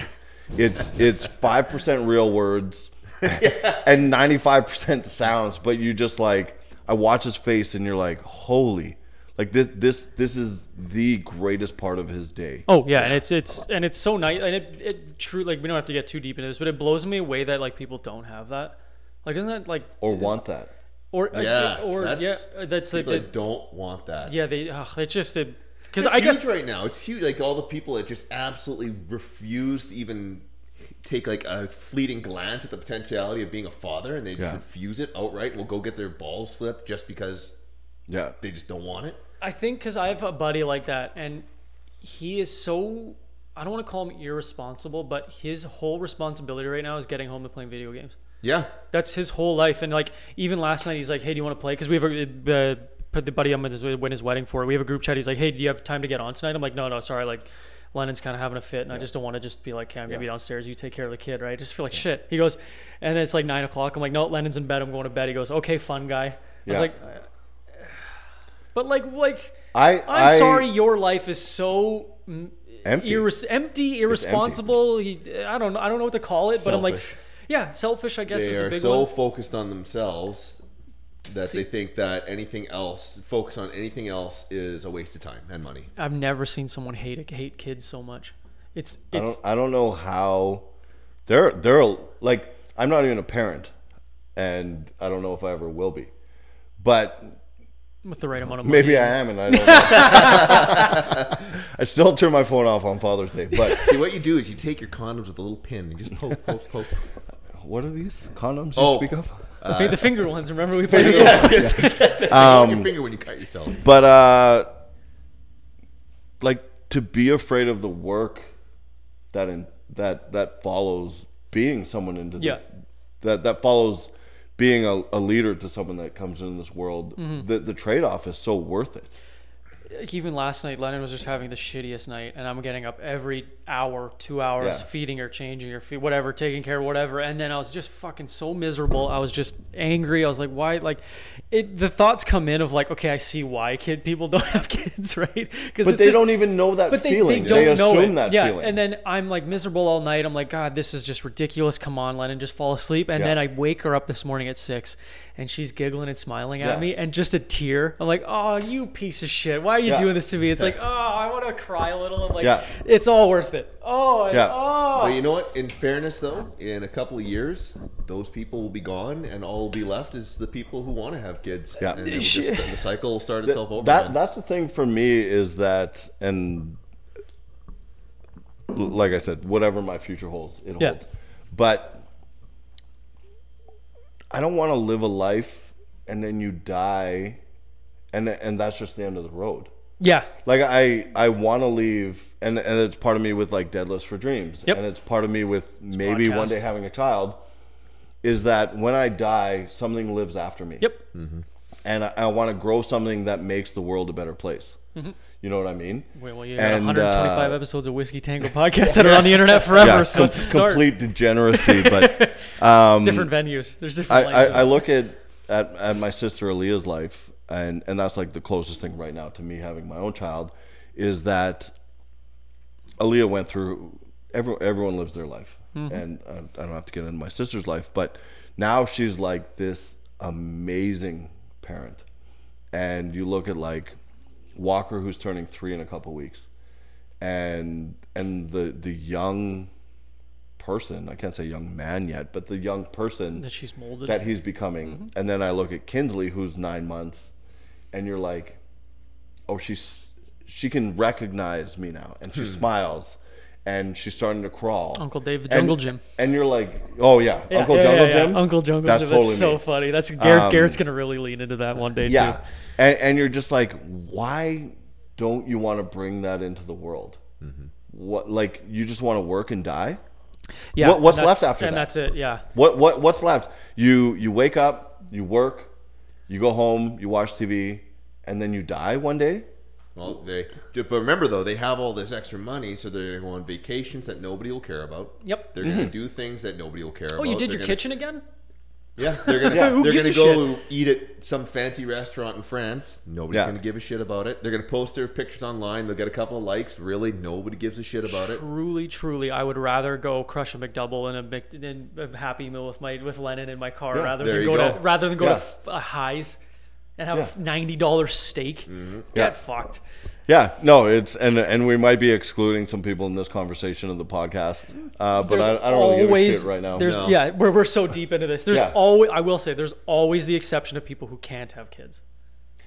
S1: it's it's five percent real words and ninety five percent sounds, but you just like I watch his face and you're like, holy, like this this this is the greatest part of his day.
S2: Oh yeah, and it's it's and it's so nice, and it it true like we don't have to get too deep into this, but it blows me away that like people don't have that. Like, doesn't that like
S1: Or want that?
S2: or uh,
S3: Yeah,
S2: or
S3: that's-
S2: yeah uh, that's like
S3: People
S2: the,
S3: that don't want that.
S2: yeah they uh, it's just because
S3: It's
S2: I
S3: huge
S2: guess
S3: right now. It's huge. Like all the people that just absolutely refuse to even take like a fleeting glance at the potentiality of being a father, and they just
S1: Yeah.
S3: refuse it outright. Will go get their balls slipped just because
S1: Yeah.
S3: they just don't want it.
S2: I think because I have a buddy like that, and he is so I don't want to call him irresponsible, but his whole responsibility right now is getting home and playing video games.
S3: Yeah,
S2: That's his whole life. And like even last night, he's like, "Hey, do you want to play?" Because we have a uh, put the buddy I'm with his win his wedding for. We have a group chat. He's like, "Hey, do you have time to get on tonight?" I'm like, "No, no, sorry." Like. Lennon's kind of having a fit, and I just don't want to just be like, "Okay, I'm gonna be downstairs. You take care of the kid, right?" I just feel like shit. He goes, and then it's like nine o'clock. I'm like, "No, Lennon's in bed. I'm going to bed." He goes, "Okay, fun guy." I was
S1: Yeah.
S2: like, "But like, like,
S1: I
S2: I'm
S1: I-
S2: sorry, your life is so mm,
S1: Empty.
S2: irres- empty irresponsible. He- I don't, know- I don't know what to call it, but I'm like,
S3: Selfish.
S2: yeah, selfish. I guess
S3: they
S2: is the
S3: are
S2: big
S3: so
S2: one.
S3: focused on themselves that they think that anything else, focus on anything else, is a waste of time and money.
S2: I've never seen someone hate hate kids so much. It's
S1: I
S2: it's
S1: don't I don't know how they're they're like I'm not even a parent and I don't know if I ever will be. But
S2: with the right amount of money.
S1: maybe I am and I don't know. I still turn my phone off on Father's Day, but
S3: See, what you do is you take your condoms with a little pin and just poke, poke, poke.
S1: what are these condoms you
S3: Oh.
S1: speak of?
S2: The fi- the finger ones. Remember we played. the-
S3: yes, yes.
S1: Um,
S3: your finger when you cut yourself.
S1: But uh like to be afraid of the work that in that that follows being someone into this
S2: Yeah.
S1: that that follows being a, a leader to someone that comes in this world,
S2: Mm-hmm.
S1: the the trade off is so worth it.
S2: like, even last night, Lennon was just having the shittiest night, and I'm getting up every hour, two hours,
S1: Yeah.
S2: feeding her, changing her, feed, whatever, taking care of whatever. And then I was just fucking so miserable. I was just angry. I was like, why? Like, it. The thoughts come in of like, okay, I see why kid people don't have kids, right? Because
S1: But they don't even know that
S2: but they,
S1: feeling.
S2: they don't know
S1: assume
S2: it.
S1: that
S2: yeah,
S1: feeling.
S2: and then I'm like miserable all night. I'm like, God, this is just ridiculous. Come on, Lennon, just fall asleep. And
S1: Yeah.
S2: then I wake her up this morning at six, and she's giggling and smiling at
S1: Yeah.
S2: me, and just a tear. I'm like, Oh, you piece of shit! Why are you
S1: Yeah.
S2: doing this to me? It's like, Oh, I want to cry a little. I'm like,
S1: Yeah.
S2: It's all worth it. Oh, and-
S1: Yeah.
S2: oh.
S3: But you know what? In fairness, though, in a couple of years, those people will be gone, and all will be left is the people who want to have kids.
S1: Yeah.
S3: and it will just, the cycle will start itself over.
S1: that
S3: again.
S1: that's the thing for me is that and l- like I said, whatever my future holds, it
S2: Yeah.
S1: holds. But I don't want to live a life and then you die, and and that's just the end of the road.
S2: Yeah.
S1: like I I want to leave, and and it's part of me with like deadlifts for dreams,
S2: Yep.
S1: and it's part of me with maybe one
S2: podcast.
S1: day having a child. Is that when I die, something lives after me?
S2: Yep.
S1: And I, I want to grow something that makes the world a better place.
S2: Mm-hmm.
S1: You know what I mean?
S2: Wait, well, you got
S1: And,
S2: 125
S1: uh,
S2: episodes of Whiskey Tango podcast that are on the internet forever, so
S1: com-
S2: that's a start.
S1: complete degeneracy, but
S2: different venues. There's different.
S1: I, I,
S2: languages.
S1: I look at, at at my sister Aaliyah's life, and and that's like the closest thing right now to me having my own child, is that Aaliyah went through. Every, everyone lives their life, and I, I don't have to get into my sister's life, but now she's like this amazing parent, and you look at like Walker, who's turning three in a couple weeks, and and the the young person I can't say young man yet, but the young person
S2: that she's molded.
S1: that he's becoming.
S2: Mm-hmm.
S1: And then I look at Kinsley, who's nine months, and you're like, oh, she's she can recognize me now, and she smiles, and she's starting to crawl.
S2: Hmm. Uncle Dave, the
S1: And-
S2: Jungle Gym.
S1: And you're like, oh yeah,
S2: Yeah,
S1: Uncle
S2: yeah, yeah,
S1: Jungle
S2: yeah.
S1: Jim.
S2: Uncle Jungle
S1: That's
S2: Jim.
S1: Totally
S2: That's so
S1: me.
S2: funny. That's Garrett.
S1: Um,
S2: Garrett's gonna really lean into that one day
S1: Yeah,
S2: too.
S1: and and you're just like, why don't you want to bring that into the world?
S2: Mm-hmm.
S1: What like you just want to work and die?
S2: Yeah.
S1: What- what's
S2: and
S1: left
S2: that's-
S1: after
S2: And
S1: that?
S2: that's it. Yeah.
S1: What what what's left? You you wake up, you work, you go home, you watch TV, and then you die one day.
S3: Well, they but remember though they have all this extra money, so they're going to go on vacations that nobody will care about.
S2: Yep.
S3: They're
S1: Mm-hmm.
S3: going to do things that nobody will care about.
S2: Oh, you did
S3: They're
S2: your
S3: gonna-
S2: kitchen again?
S3: Yeah, they're gonna
S2: Who
S3: they're
S2: gives
S3: gonna
S2: a
S3: go eat at some fancy restaurant in France. Nobody's
S1: Yeah.
S3: gonna give a shit about it. They're gonna post their pictures online. They'll get a couple of likes. Really, nobody gives a shit about it.
S2: Truly, truly, I would rather go crush a McDouble in a, Mc, in a happy meal with my with Lennon in my car rather
S3: there
S2: than
S3: you
S2: go,
S3: go.
S2: to rather than go
S1: Yeah.
S2: to f- a Highs and have a ninety dollar steak. Get
S3: Mm-hmm.
S1: Yeah.
S2: fucked.
S1: Yeah, no, it's and and we might be excluding some people in this conversation of the podcast, uh, but I, I don't really give a shit right now.
S2: There's,
S1: No.
S2: Yeah, we're, we're so deep into this. There's
S1: Yeah.
S2: always, I will say, there's always the exception of people who can't have kids.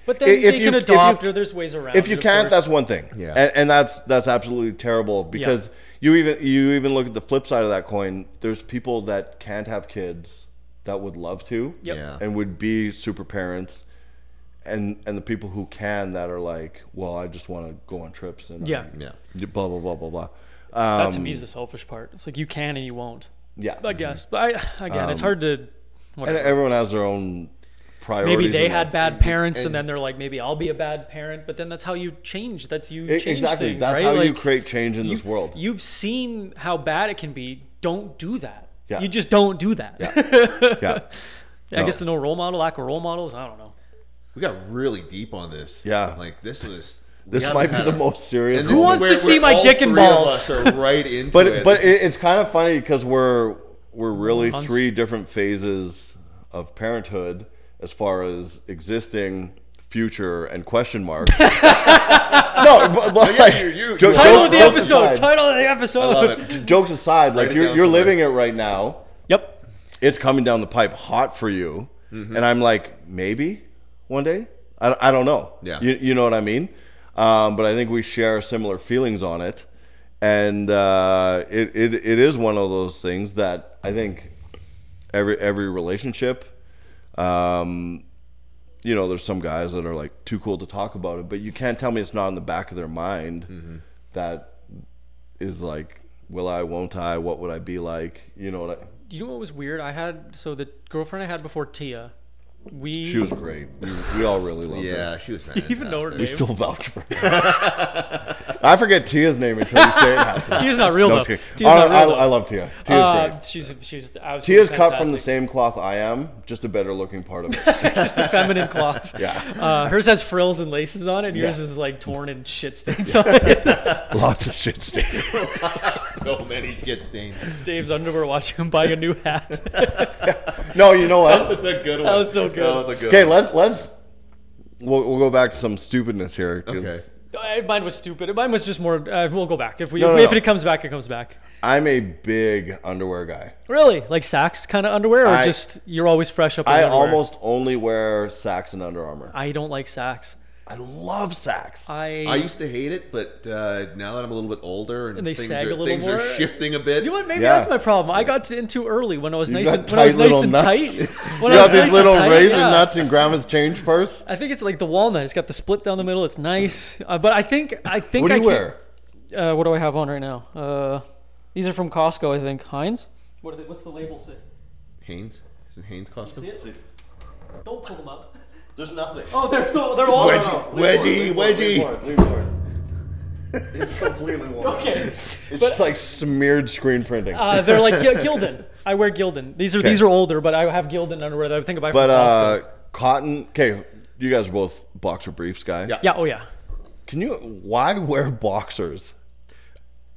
S2: But then
S1: If
S2: they
S1: you-
S2: can
S1: if you-
S2: adopt, or there's ways around.
S1: if you
S2: it, of
S1: can't,
S2: course.
S1: that's one thing.
S3: Yeah.
S1: and, and that's that's absolutely terrible because you even you even look at the flip side of that coin. There's people that can't have kids that would love to,
S2: Yep.
S3: Yeah.
S1: and would be super parents, and and the people who can that are like, well, I just want to go on trips and
S2: yeah.
S3: Yeah,
S1: blah blah blah blah blah.
S2: That
S1: Um,
S2: to me is the selfish part. It's like you can and you won't.
S1: yeah,
S2: I guess, but I, again, it's hard to.
S1: Um, and
S2: Whatever.
S1: everyone has their own priorities.
S2: maybe they
S1: in
S2: had
S1: life.
S2: bad parents and, then they're like maybe i'll be a bad parent but then that's how you change that's you
S1: E-
S2: change
S1: exactly.
S2: things
S1: That's
S2: right
S1: how you
S2: Like,
S1: create change in this
S2: you-
S1: world.
S2: you've seen how bad it can be don't do that
S1: Yeah.
S2: you just don't do that
S1: yeah,
S2: i
S1: No.
S2: guess the no role model lack of role models i don't know
S3: we got really deep on this.
S1: Yeah.
S3: like this was. we
S1: this
S3: haven't
S1: might be
S3: had
S1: the
S3: a-
S1: most serious. one.
S3: and this is
S2: wants
S3: where-
S2: to see my
S3: where all
S2: dick and
S3: three of
S2: balls?
S3: us are right into
S1: but
S3: it.
S1: but
S3: This
S1: it, it's kind of funny because we're we're really
S2: Months.
S1: three different phases of parenthood as far as existing, future, and question mark. no, but, but
S3: yeah,
S1: like,
S3: you- you-
S1: jo- jo-
S3: you-
S2: title of the
S1: jokes
S2: episode
S1: aside-
S2: title of the episode
S3: I love it.
S1: jokes aside, like
S3: Write it
S1: you're
S3: down
S1: you're
S3: somewhere.
S1: living it right now.
S2: yep
S1: it's coming down the pipe hot for you. And I'm like, maybe one day. I, I don't know.
S3: Yeah.
S1: You, you know what I mean? Um, but I think we share similar feelings on it. And uh, it, it, it is one of those things that I think every, every relationship, um, you know, there's some guys that are like too cool to talk about it, but you can't tell me it's not in the back of their mind that is like, will I, won't I, what would I be like? You know what I,
S2: you know what was weird i had so the girlfriend i had before tia we
S1: She was great. We, we all really loved her.
S3: yeah, she was fantastic.
S2: even know her
S1: We
S2: name?
S1: still vouch for her. I forget Tia's name until you say it half the time.
S2: tia's not real
S1: No, I'm
S2: though
S1: just kidding.
S2: tia's
S1: I,
S2: not real
S1: I-
S2: though.
S1: I love Tia. Tia's
S2: Uh,
S1: great.
S2: she's she's
S1: Tia's
S2: absolutely
S1: cut from the
S2: fantastic.
S1: same cloth I am, just a better looking part of it.
S2: It's just the feminine cloth.
S1: Yeah.
S2: Uh, hers has frills and laces on it. Yours
S1: Yeah.
S2: is like torn and shit stains on it.
S1: Lots of shit stains.
S3: so many shit stains.
S2: Dave's underwear watching him buying a new hat.
S1: No, you know what?
S3: That's a good one.
S2: That was so good.
S3: That was a good.
S1: Okay,
S3: one.
S1: let's let's we'll, we'll go back to some stupidness here. 'cause
S3: Okay.
S2: Uh, Mine was stupid. Mine was just more. Uh, we'll go back if we,
S1: No,
S2: if,
S1: no,
S2: we- if
S1: no.
S2: it comes back, it comes back.
S1: I'm a big underwear guy.
S2: Really, like Saks kind of underwear, or
S1: I-
S2: just you're always fresh up. in
S1: I
S2: underwear?
S1: almost only wear Saks and Under Armour.
S2: I don't like Saks.
S1: I love sax.
S2: I,
S3: I used to hate it, but uh, now that I'm a little bit older and,
S2: And they
S3: things,
S2: sag a
S3: are,
S2: little
S3: things are
S2: more.
S3: shifting a bit,
S2: You know what? Maybe
S1: Yeah.
S2: that's my problem. I got to, in too early when I was nice
S1: got
S2: and when I was
S1: tight little
S2: nice and
S1: nuts.
S2: tight. When
S1: you
S2: I was
S1: got these
S2: nice and
S1: little
S2: tight,
S1: raisin
S2: yeah.
S1: nuts in grandma's change purse.
S2: I think it's like the walnut. It's got the split down the middle. It's nice. Uh, but I think I think
S1: What do
S2: I
S1: you wear?
S2: can- Uh, what do I have on right now? Uh, these are from Costco, I think. Heinz. What are they, what's the label say?
S3: Haynes? Isn't Haynes
S2: See
S3: Costco?
S2: it? Don't pull them up.
S1: There's nothing.
S2: Oh, they're so they're all
S3: Wedgie, wedgie, wedgie.
S1: It's completely warm.
S2: okay.
S1: It's
S2: But-
S1: just like smeared screen printing.
S2: Uh, they're like Gi- Gildan. I wear Gildan. These are these are older, but I have Gildan underwear that I think I buy from
S1: but
S2: Costco.
S1: uh, cotton. Okay, you guys are both boxer briefs guy.
S3: Yeah.
S2: yeah, oh yeah.
S1: Can you? Why wear boxers?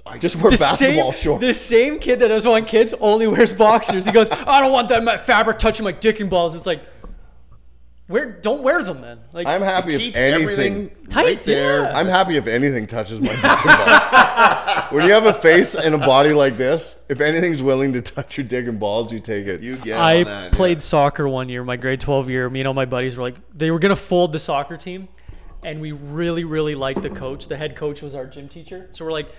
S3: I-
S1: Just wear
S2: The
S1: basketball
S2: same,
S1: shorts.
S2: the same kid that doesn't want kids only wears boxers. He goes, I don't want that ma- fabric touching my dick and balls. It's like, where? Don't wear them then. Like,
S1: I'm happy if
S3: Keeps
S1: anything.
S3: everything
S2: Tight,
S3: right there.
S2: yeah.
S1: I'm happy if anything touches my dick. and balls. when you have a face and a body like this, if anything's willing to touch your dick and balls, you take it.
S3: You get
S2: I
S3: on that, yeah.
S2: played soccer one year, my grade 12 year. Me and all my buddies were like, they were going to fold the soccer team. And we really, really liked the coach. The head coach was our gym teacher. So we're like,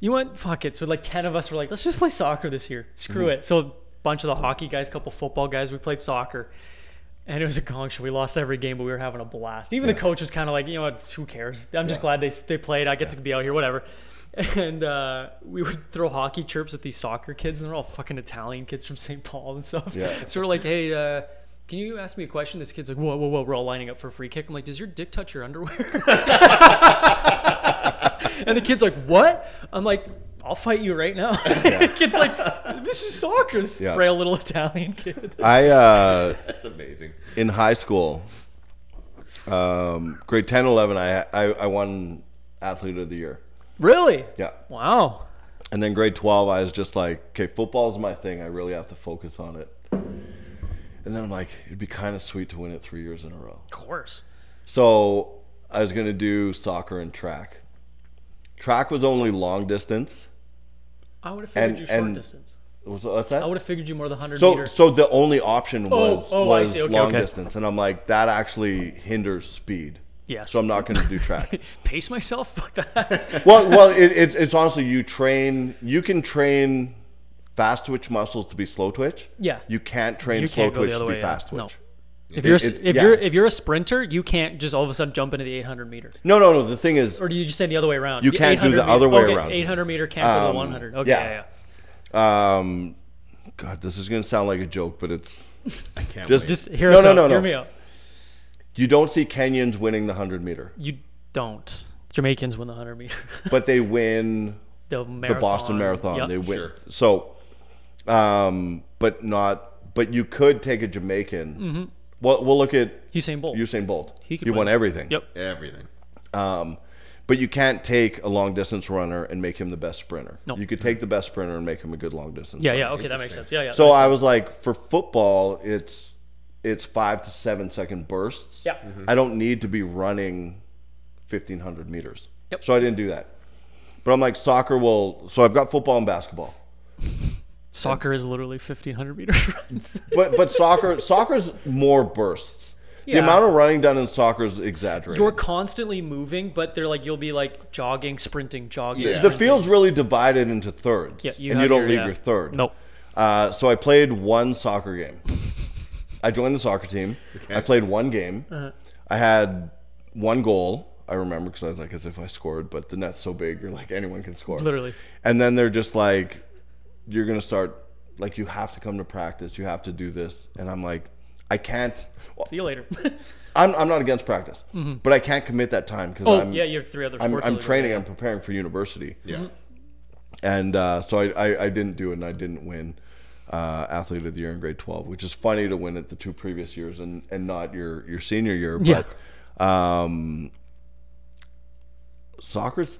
S2: you want, fuck it. So like 10 of us were like, let's just play soccer this year. Screw it. So a bunch of the hockey guys, couple football guys, we played soccer. And it was a gong show. We lost every game, but we were having a blast. Even the coach was kind of like, you know what, who cares? I'm just glad they, they played. I get to be out here, whatever. And uh, we would throw hockey chirps at these soccer kids, and they're all fucking Italian kids from St. Paul and stuff.
S1: Yeah.
S2: So we're like, hey, uh, can you ask me a question? This kid's like, whoa, whoa, whoa, we're all lining up for a free kick. I'm like, does your dick touch your underwear? and the kid's like, what? I'm like, I'll fight you right now. the kid's like, this is soccer. This
S1: Yeah.
S2: frail little Italian kid.
S1: I uh,
S3: That's amazing.
S1: in high school, um, grade 10, 11, I, I I won athlete of the year.
S2: really?
S1: Yeah.
S2: Wow.
S1: And then grade 12, I was just like, okay, football's my thing. I really have to focus on it. And then I'm like, it'd be kind of sweet to win it three years in a row.
S2: Of course.
S1: So I was going to do soccer and track. Track was only long distance.
S2: I would have figured
S1: And-
S2: you short
S1: and-
S2: distance.
S1: Was- What's
S2: I
S1: that?
S2: would have figured you more the 100
S1: So,
S2: meter.
S1: so the only option was,
S2: oh, I
S1: was
S2: see. Okay,
S1: long
S2: okay.
S1: distance. And I'm like, that actually hinders speed.
S2: Yes.
S1: So I'm not going to do track.
S2: Pace myself? Fuck that.
S1: well, well, it, it, it's honestly you train. You can train fast twitch muscles to be slow twitch.
S2: Yeah.
S1: You can't train
S2: You
S1: slow
S2: can't go the
S1: twitch to
S2: other
S1: be
S2: way, yeah.
S1: fast
S2: No.
S1: twitch.
S2: if you're
S1: it-
S2: if
S1: yeah.
S2: you're if you're a sprinter, you can't just all of a sudden jump into the 800 meter.
S1: No, no, no. The thing is,
S2: Or do you just say the other way around?
S1: You can't do the
S2: 800 meter-
S1: other way
S2: okay,
S1: around.
S2: 800 meter can't go to
S1: Um,
S2: 100. Okay,
S1: yeah.
S2: yeah, yeah.
S1: um, God, this is gonna sound like a joke, but it's
S3: I can't
S1: Just-
S3: wait.
S2: Just hear
S1: No,
S2: us
S1: no,
S2: out.
S1: no, no.
S2: Hear me out.
S1: you don't see Kenyans winning the hundred meter,
S2: You don't. Jamaicans win the 100 meter.
S1: but they win
S2: the, marathon.
S1: the Boston Marathon.
S2: Yep.
S1: They win.
S3: Sure.
S1: So, um, but not. But you could take a Jamaican. Well, we'll look at
S2: Usain Bolt.
S1: Usain Bolt. He,
S2: Mm-hmm. He could
S1: won
S2: win.
S1: everything.
S2: Yep.
S3: everything.
S1: Um, but you can't take a long distance runner and make him the best sprinter.
S2: No.
S1: You could take the best sprinter and make him a good long distance.
S2: Yeah,
S1: runner.
S2: yeah. Okay, that makes sense. Yeah, yeah.
S1: So I was like, for football, it's it's five to seven second bursts.
S2: Yeah.
S1: I don't need to be running fifteen hundred meters.
S2: Yep.
S1: So I didn't do that. But I'm like soccer will. So I've got football and basketball.
S2: Soccer is literally 1500 meter runs.
S1: But but soccer soccer's more bursts. The
S2: Yeah.
S1: amount of running done in soccer is exaggerated.
S2: You're constantly moving, but they're like you'll be like jogging, sprinting, jogging.
S3: Yeah.
S1: the
S2: sprinting.
S1: field's really divided into thirds,
S2: Yeah, you
S1: and you
S2: have
S1: don't
S2: your-
S1: leave
S2: yeah.
S1: your third.
S2: Nope.
S1: Uh, so I played one soccer game. I joined the soccer team. I played one game.
S2: Uh-huh.
S1: I had one goal. I remember because I was like, as if I scored, but the net's so big, you're like anyone can score.
S2: Literally.
S1: And then they're just like, you're gonna start, like you have to come to practice. You have to do this. And I'm like, I can't. well,
S2: See you later.
S1: I'm, I'm not against practice, but I can't commit that time because
S2: Mm-hmm. oh
S1: I'm
S2: yeah, you have three other
S1: I'm,
S2: sports.
S1: I'm
S2: other than
S1: training. I'm preparing for university
S3: Yeah.
S1: and uh, so I, I, I didn't do it and I didn't win uh, athlete of the year in grade 12 which is funny to win it the two previous years and, and not your, your senior year
S2: Yeah.
S1: but um, soccer's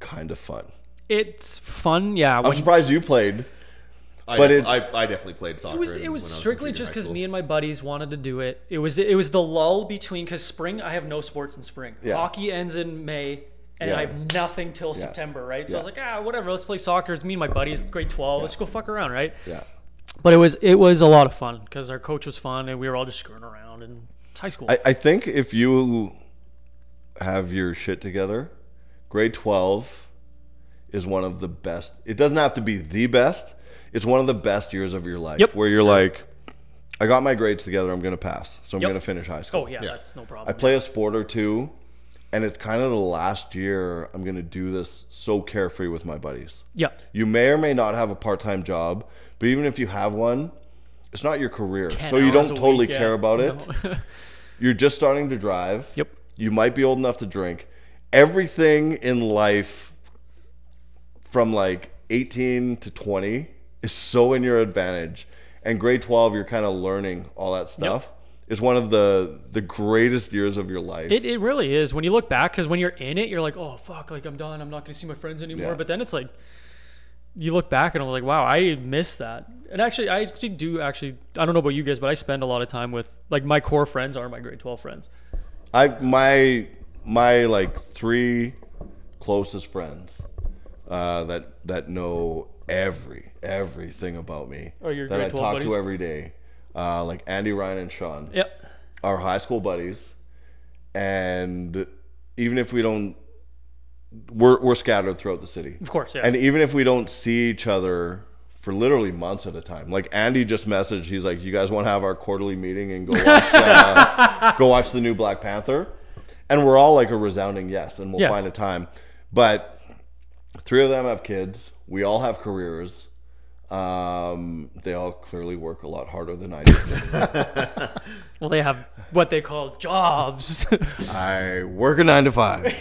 S1: kind of fun
S2: that. It's fun, yeah.
S1: I'm
S2: When,
S1: surprised you played
S3: I,
S1: But
S3: but
S1: it's-
S3: I, I definitely played soccer.
S2: it was it
S3: when
S2: was
S3: I in
S2: strictly
S3: junior
S2: just
S3: high
S2: because
S3: school.
S2: me and my buddies wanted to do it. It was it was the lull between because spring I have no sports in spring.
S1: Yeah.
S2: Hockey ends in May. And
S1: Yeah.
S2: I have nothing till September, right? So I
S1: Yeah.
S2: was like, ah, whatever. Let's play soccer. It's me and my buddies, grade twelve. Let's go fuck around, right?
S1: yeah
S2: But it was it was a lot of fun because our coach was fun and we were all just screwing around and it's high school.
S1: I, I think if you have your shit together, grade 12 is one of the best. It doesn't have to be the best. It's one of the best years of your life
S2: Yep.
S1: where you're like, I got my grades together. I'm going to pass. So I'm
S2: Yep.
S1: going to finish high school.
S2: Oh yeah, that's no
S1: I
S2: problem.
S1: play a sport or two, and it's kind of the last year I'm going to do this so carefree with my buddies.
S2: yeah,
S1: You may or may not have a part time job, but even if you have one, it's not your career.
S2: 10
S1: So you
S2: hours
S1: don't
S2: a
S1: totally
S2: week, yeah.
S1: care about it.
S2: No.
S1: You're just starting to drive.
S2: Yep.
S1: You might be old enough to drink. Everything in life from like 18 to 20 is so in your advantage. And grade 12, you're kind of learning all that stuff. It's one of the the greatest years of your life.
S2: It, it really is when you look back because when you're in it, you're like, oh fuck, like I'm done. I'm not gonna see my friends anymore.
S1: Yeah.
S2: But then it's like, you look back and I'm like, wow, I missed that. And actually, I actually do actually. I don't know about you guys, but I spend a lot of time with like my core friends are my grade twelve friends.
S1: I my my like three closest friends uh, that that know every everything about me
S2: Oh, your
S1: that
S2: grade
S1: I
S2: 12
S1: talk
S2: buddies?
S1: to every day, uh, like Andy, Ryan, and Sean,
S2: Yep.
S1: our high school buddies, and even if we don't, we're we're scattered throughout the city.
S2: Of course, yeah.
S1: And even if we don't see each other for literally months at a time, like Andy just messaged, he's like, "You guys want to have our quarterly meeting and go watch, uh, go watch the new Black Panther?" And we're all like a resounding yes, and we'll
S2: Yeah.
S1: find a time. But three of them have kids. We all have careers. Um, they all clearly work a lot harder than I do.
S2: well, they have what they call jobs.
S1: I work a nine to five.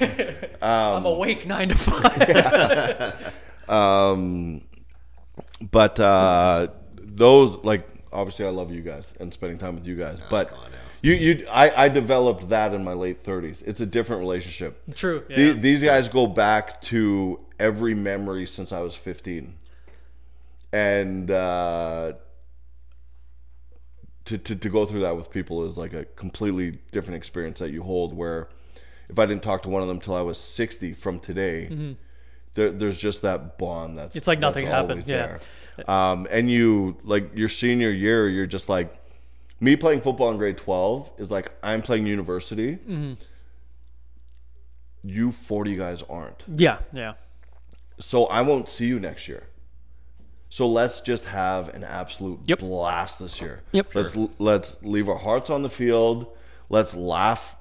S2: I'm awake nine to five.
S1: um, but uh, those like obviously I love you guys and spending time with you guys, but
S3: come on now.
S1: you you I, I developed that in my late thirties. It's a different relationship.
S2: True. Yeah.
S1: The- these guys go back to every memory since I was fifteen, and uh, to, to to go through that with people is like a completely different experience that you hold. Where if I didn't talk to one of them till I was sixty from today there, there's just that bond that's
S2: Mm-hmm. It's like nothing
S1: that's
S2: happened,
S1: always
S2: yeah.
S1: there. um, and you like your senior year you're just like me playing football in grade 12 is like i'm playing university
S2: Mm-hmm.
S1: you 40 guys aren't
S2: yeah. Yeah.
S1: so i won't see you next year so let's just have an absolute
S2: Yep.
S1: blast this year
S2: Yep.
S1: let's let's leave our hearts on the field let's laugh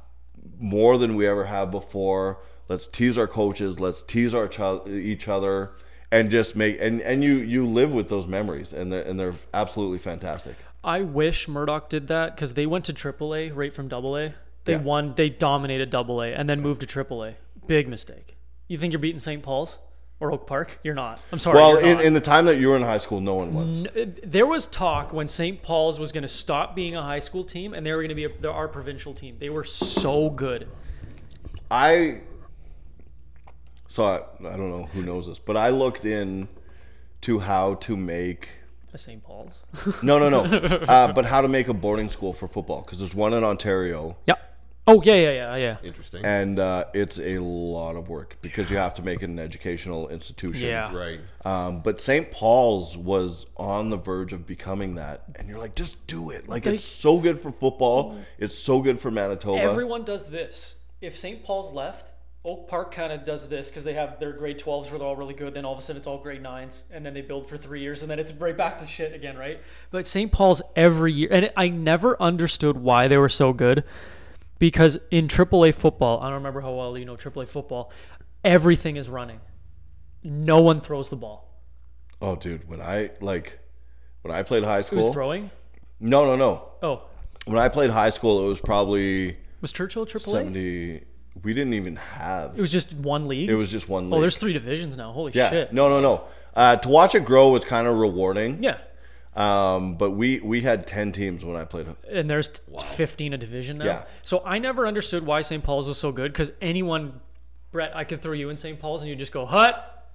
S1: more than we ever have before. Let's tease our coaches. Let's tease our ch- each other, and just make and and you you live with those memories, and they're, and they're absolutely fantastic.
S2: I wish Murdoch did that because they went to AAA right from AA. They
S1: Yeah.
S2: won. They dominated AA and then moved to AAA. Big mistake. You think you're beating St. Paul's or Oak Park? You're not. I'm sorry.
S1: Well,
S2: you're
S1: in,
S2: not.
S1: in the time that you were in high school, no one was.
S2: N- there was talk when St. Paul's was going to stop being a high school team and they were going to be a, they're our provincial team. They were so good. Mm-hmm.
S1: I saw. it- I don't know who knows this, but I looked in to how to make
S2: A St. Paul's.
S1: no no no, uh, but how to make a boarding school for football because there's one in Ontario.
S2: yeah. Oh yeah yeah yeah yeah.
S3: Interesting.
S1: And uh, it's a lot of work because you have to make it an educational institution.
S2: Yeah.
S3: right.
S1: Um, but St. Paul's was on the verge of becoming that, and you're like, just do it. Like it's so good for football.
S2: Mm.
S1: It's so good for Manitoba.
S2: Everyone does this. If St. Paul's left, Oak Park kind of does this because they have their grade 12s where they're all really good. Then all of a sudden it's all grade 9s, and then they build for three years, and then it's right back to shit again, right? But St. Paul's every year, and I never understood why they were so good because in AAA football, I don't remember how well you know AAA football, everything is running. No one throws the ball.
S1: oh, dude, when I like when I played high
S2: Who's
S1: school.
S2: throwing?
S1: No, no, no.
S2: Oh,
S1: When I played high school, it was probably
S2: was Churchill AAA?
S1: seventy. We didn't even have.
S2: It was just one league.
S1: just one. League.
S2: oh, there's three divisions now. Holy
S1: yeah.
S2: shit!
S1: No, no, no. Uh, to watch it grow was kind of rewarding.
S2: Yeah.
S1: Um, but we we had ten teams when I played.
S2: and there's t 15 a division now.
S1: Yeah.
S2: So I never understood why St. Paul's was so good because anyone, Brett, I could throw you in St. Paul's and you just go hut,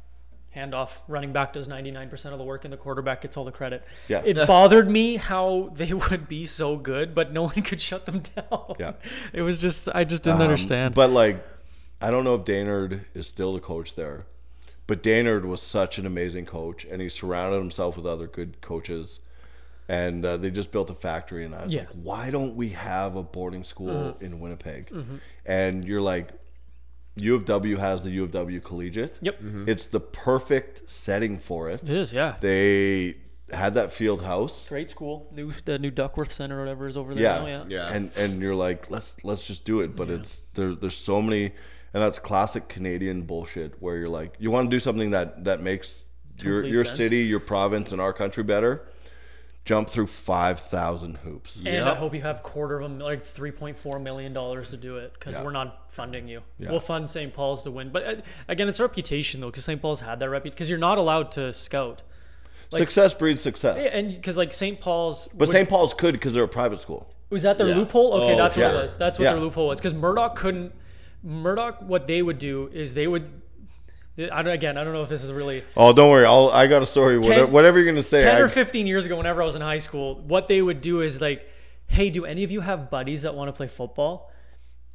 S2: handoff, running back does 99% of the work and the quarterback gets all the credit.
S1: Yeah.
S2: It bothered me how they would be so good, but no one could shut them down.
S1: Yeah. Um,
S2: It was just I just didn't understand.
S1: But like, I don't know if Daynard is still the coach there, but Daynard was such an amazing coach, and he surrounded himself with other good coaches, and uh, they just built a factory. And I was
S2: Yeah. Mm-hmm.
S1: like, why don't we have a boarding school in Winnipeg? And you're like, U of W has the U of W Collegiate.
S2: Yep.
S1: It's the perfect setting for it.
S2: It is, yeah.
S1: They had that field house.
S2: Great school. New the new Duckworth Center or whatever is over there
S1: Yeah.
S2: now. Yeah.
S3: Yeah.
S1: And and you're like, let's let's just do it. But it's there there's so many and that's classic Canadian bullshit where you're like, you want to do something that that makes your
S2: Complete
S1: your
S2: sense.
S1: city, your province, and our country better. Jump through five thousand hoops.
S2: And I
S3: Yep.
S2: hope you have quarter of a mil- like three point four million dollars to do it because
S1: Yeah.
S2: we're not funding you.
S1: Yeah.
S2: We'll fund St. Paul's to win, but uh, again, it's reputation though because St. Paul's had that reputation because you're not allowed to scout
S1: success breeds success.
S2: Yeah, and because like St. Paul's.
S1: but
S2: would-
S1: St. Paul's could because they're a private school.
S2: Was that their
S3: Yeah.
S2: loophole? Okay,
S3: Oh,
S2: that's what
S1: yeah.
S2: it was. That's what
S1: Yeah.
S2: their loophole was. Because Murdoch couldn't. Murdoch, what they would do is they would. I don't, again, I don't know if this is really.
S1: Oh, don't worry. I'll, I got a story. whatever, whatever you're gonna say,
S2: 10
S1: I,
S2: or 15 years ago, whenever I was in high school, what they would do is like, hey, do any of you have buddies that want to play football?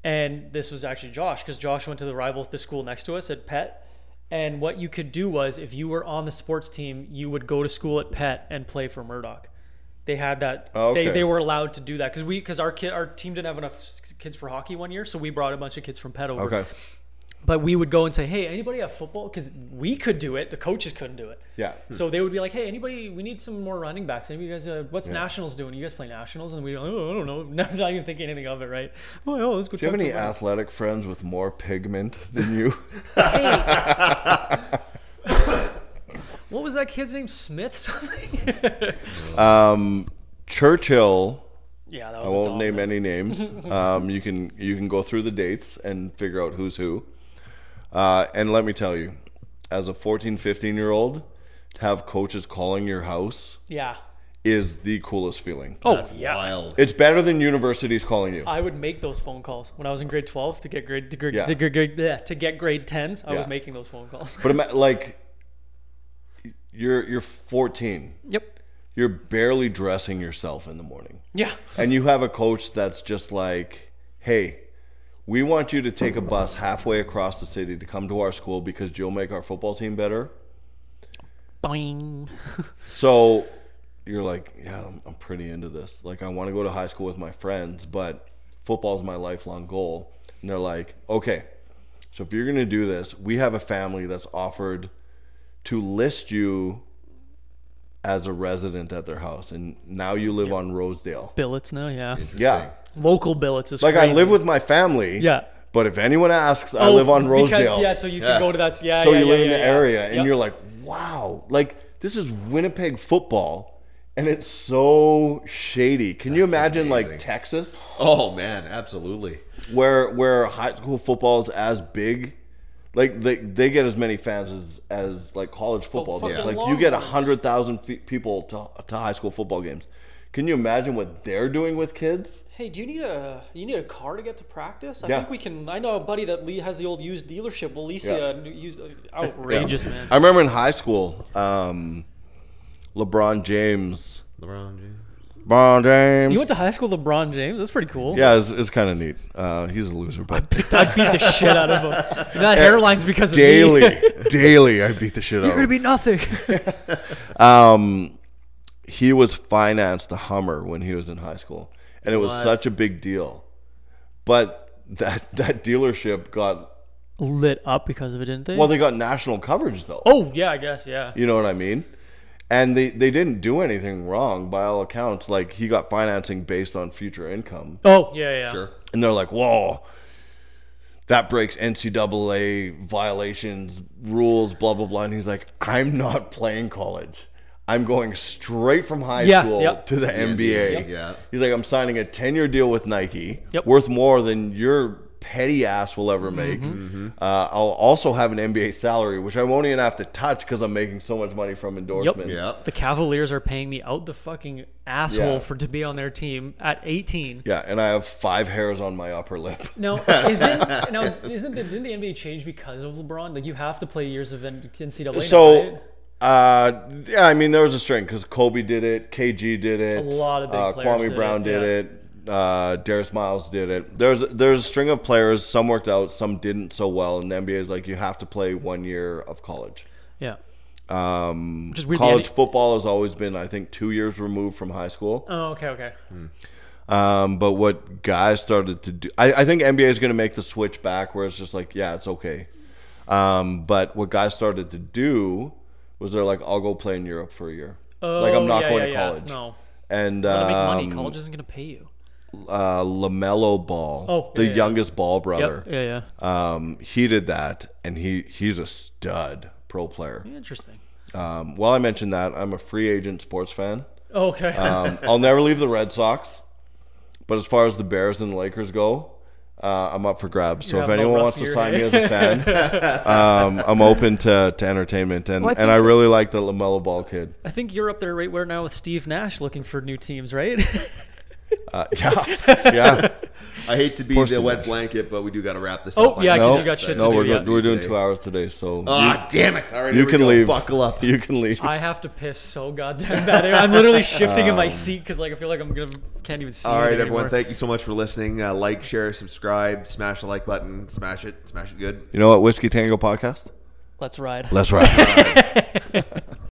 S2: And this was actually Josh, because Josh went to the rival, the school next to us at Pet. And what you could do was, if you were on the sports team, you would go to school at Pet and play for Murdoch. They had that.
S1: Okay.
S2: They, they were allowed to do that because we because our kid our team didn't have enough s- kids for hockey one year, so we brought a bunch of kids from Pet over
S1: okay.
S2: but we would go and say, "Hey, anybody have football?" Because we could do it, the coaches couldn't do it.
S1: Yeah.
S2: So they would be like, "Hey, anybody? We need some more running backs. Maybe you guys, uh, what's nationals doing? You guys play nationals?" And we, oh, I don't know, not, not even thinking anything of it, right? Oh, yeah, let's go.
S1: Do you have any athletic friends with more pigment than you?
S2: What was that kid's name? Smith something?
S1: um, Churchill.
S2: yeah, that was.
S1: I
S2: a
S1: won't
S2: dog.
S1: name any names. um, you can you can go through the dates and figure out who's who. Uh, and let me tell you, as a 14, 15 year old, to have coaches calling your house
S2: Yeah.
S1: is the coolest feeling.
S2: Oh Uh. yeah.
S3: Wild.
S1: It's better than universities calling you.
S2: I would make those phone calls when I was in grade 12 to get grade to, grade,
S1: Yeah.
S2: to, grade, grade- yeah, to get grade 10s. I was
S1: Yeah.
S2: making those phone calls.
S1: But ima- like, you're you're 14.
S2: Yep.
S1: You're barely dressing yourself in the morning.
S2: Yeah.
S1: and you have a coach that's just like, hey, we want you to take a bus halfway across the city to come to our school because you'll make our football team better.
S2: Boing.
S1: So you're like, yeah, I'm, I'm pretty into this. Like, I want to go to high school with my friends, but football's my lifelong goal. And they're like, okay, so if you're going to do this, we have a family that's offered to list you as a resident at their house. And now you live on Rosedale.
S2: Billets now, yeah.
S1: Yeah.
S2: Local billets is
S1: Like, I
S2: crazy.
S1: live with my family.
S2: Yeah.
S1: But if anyone asks, I live on Rosedale.
S2: Oh, Because, yeah, so you
S3: Yeah.
S2: can go to that. Yeah,
S1: so
S2: yeah,
S1: you
S2: yeah,
S1: live in
S2: yeah,
S1: the
S2: yeah.
S1: area, and
S2: Yep.
S1: you're like, wow, like this is Winnipeg football, and it's so shady. Can you imagine like
S3: amazing.
S1: Texas,
S3: Oh man, absolutely.
S1: where where high school football is as big? Like they, they get as many fans as, as like college football
S2: fucking
S1: does. Like you get a
S2: Longhorns.
S1: hundred thousand fe- people to, to high school football games. Can you imagine what they're doing with kids?
S2: hey, do you need a you need a car to get to practice? I
S1: Yeah.
S2: think we can. I know a buddy that Lee has the old used dealership. We'll lease you
S1: Yeah.
S2: a new- used uh, outrageous man.
S1: I remember in high school, um, LeBron James.
S3: LeBron James.
S1: LeBron James.
S2: You went to high school, with LeBron James. That's pretty cool.
S1: Yeah, it's, it's kind of neat. Uh, he's a loser, but
S2: I beat the shit out of him. That hairline's because of
S1: daily,
S2: Me.
S1: daily, I beat the shit out
S2: You're
S1: of him.
S2: gonna be nothing.
S1: Um, he was financed a Hummer when he was in high school, and it was such a big deal. But that that dealership got
S2: Lit up because of it, didn't they?
S1: well, they got national coverage though.
S2: oh yeah, I guess yeah.
S1: You know what I mean? And they they didn't do anything wrong by all accounts. Like he got financing based on future income.
S2: Oh yeah, yeah.
S3: Sure.
S1: and they're like, "Whoa, that breaks NCAA violations rules." Blah blah blah. And he's like, "I'm not playing college. I'm going straight from high
S2: Yeah,
S1: school
S2: yep.
S1: to the NBA."
S3: Yeah.
S1: He's like, "I'm signing a 10 year deal with Nike,
S2: Yep.
S1: worth more than your petty ass will ever make.
S2: Mm-hmm.
S1: Uh, I'll also have an NBA salary, which I won't even have to touch because I'm making so much money from endorsements."
S3: Yeah.
S2: The Cavaliers are paying me out the fucking asshole
S1: Yeah.
S2: for to be on their team at 18.
S1: Yeah, and I have five hairs on my upper lip.
S2: Now, isn't now isn't the, didn't the NBA change because of LeBron? Like you have to play years of N- NCAA. now,
S1: So,
S2: right?
S1: uh, yeah, I mean, there was a string because Kobe did it, KG did it, a
S2: lot of big
S1: uh,
S2: players
S1: Kwame
S2: did
S1: Brown
S2: it,
S1: did
S2: yeah.
S1: it, uh, Darius Miles did it. There's there's a string of players. Some worked out, some didn't so well. And the NBA is like, you have to play one year of college.
S2: yeah,
S1: Um,
S2: Which is weird, the
S1: college
S2: NBA
S1: football has always been, I think, two years removed from high school.
S2: oh okay, okay,
S1: Um, but what guys started to do, I, I think NBA is going to make the switch back where it's just like, yeah, it's okay. Um, but what guys started to do was they're like, I'll go play in Europe for a year. like I'm
S2: Oh,
S1: not
S2: yeah,
S1: going
S2: yeah,
S1: to
S2: yeah.
S1: college.
S2: No.
S1: And
S2: To
S1: um,
S2: make money, college isn't going to pay you.
S1: uh, Lamelo Ball,
S2: Oh,
S1: the
S2: yeah, yeah.
S1: youngest Ball brother,
S2: Yep. Yeah, yeah.
S1: um, he did that, and he he's a stud pro player.
S2: Interesting.
S1: Um, while I mentioned that, I'm a free agent sports fan.
S2: Okay.
S1: Um, I'll never leave the Red Sox, but as far as the Bears and the Lakers go, uh, I'm up for grabs. So
S2: You're
S1: if
S2: having a
S1: anyone
S2: rough
S1: wants to
S2: year,
S1: sign
S2: hey?
S1: me as a fan, um, I'm open to, to entertainment, and,
S2: Well, I
S1: and I
S2: think-
S1: really like the Lamelo Ball kid.
S2: I think you're up there right where now with Steve Nash looking for new teams, right?
S1: Uh, yeah, yeah.
S3: I hate to be
S1: course
S3: the
S1: they
S3: wet
S1: match.
S3: blanket, but we do got to wrap this
S2: Oh,
S3: up. I
S2: yeah,
S3: know.
S2: 'cause
S1: No,
S2: you got shit to
S1: no,
S2: do,
S1: we're,
S2: yeah.
S1: do- we're doing two hours today, so
S3: Ah, damn it! All right,
S1: you,
S3: here
S1: you
S3: we
S1: can
S3: go.
S1: leave.
S3: Buckle up.
S1: You can leave.
S2: I have to piss so goddamn bad. I'm literally shifting
S1: Um,
S2: in my seat because like I feel like I'm gonna can't even see.
S3: All right,
S2: anything
S3: everyone.
S2: anymore.
S3: Thank you so much for listening. Uh, like, share, subscribe, smash the like button, smash it, smash it good.
S1: You know what? Whiskey Tango podcast.
S2: Let's ride.
S1: Let's ride.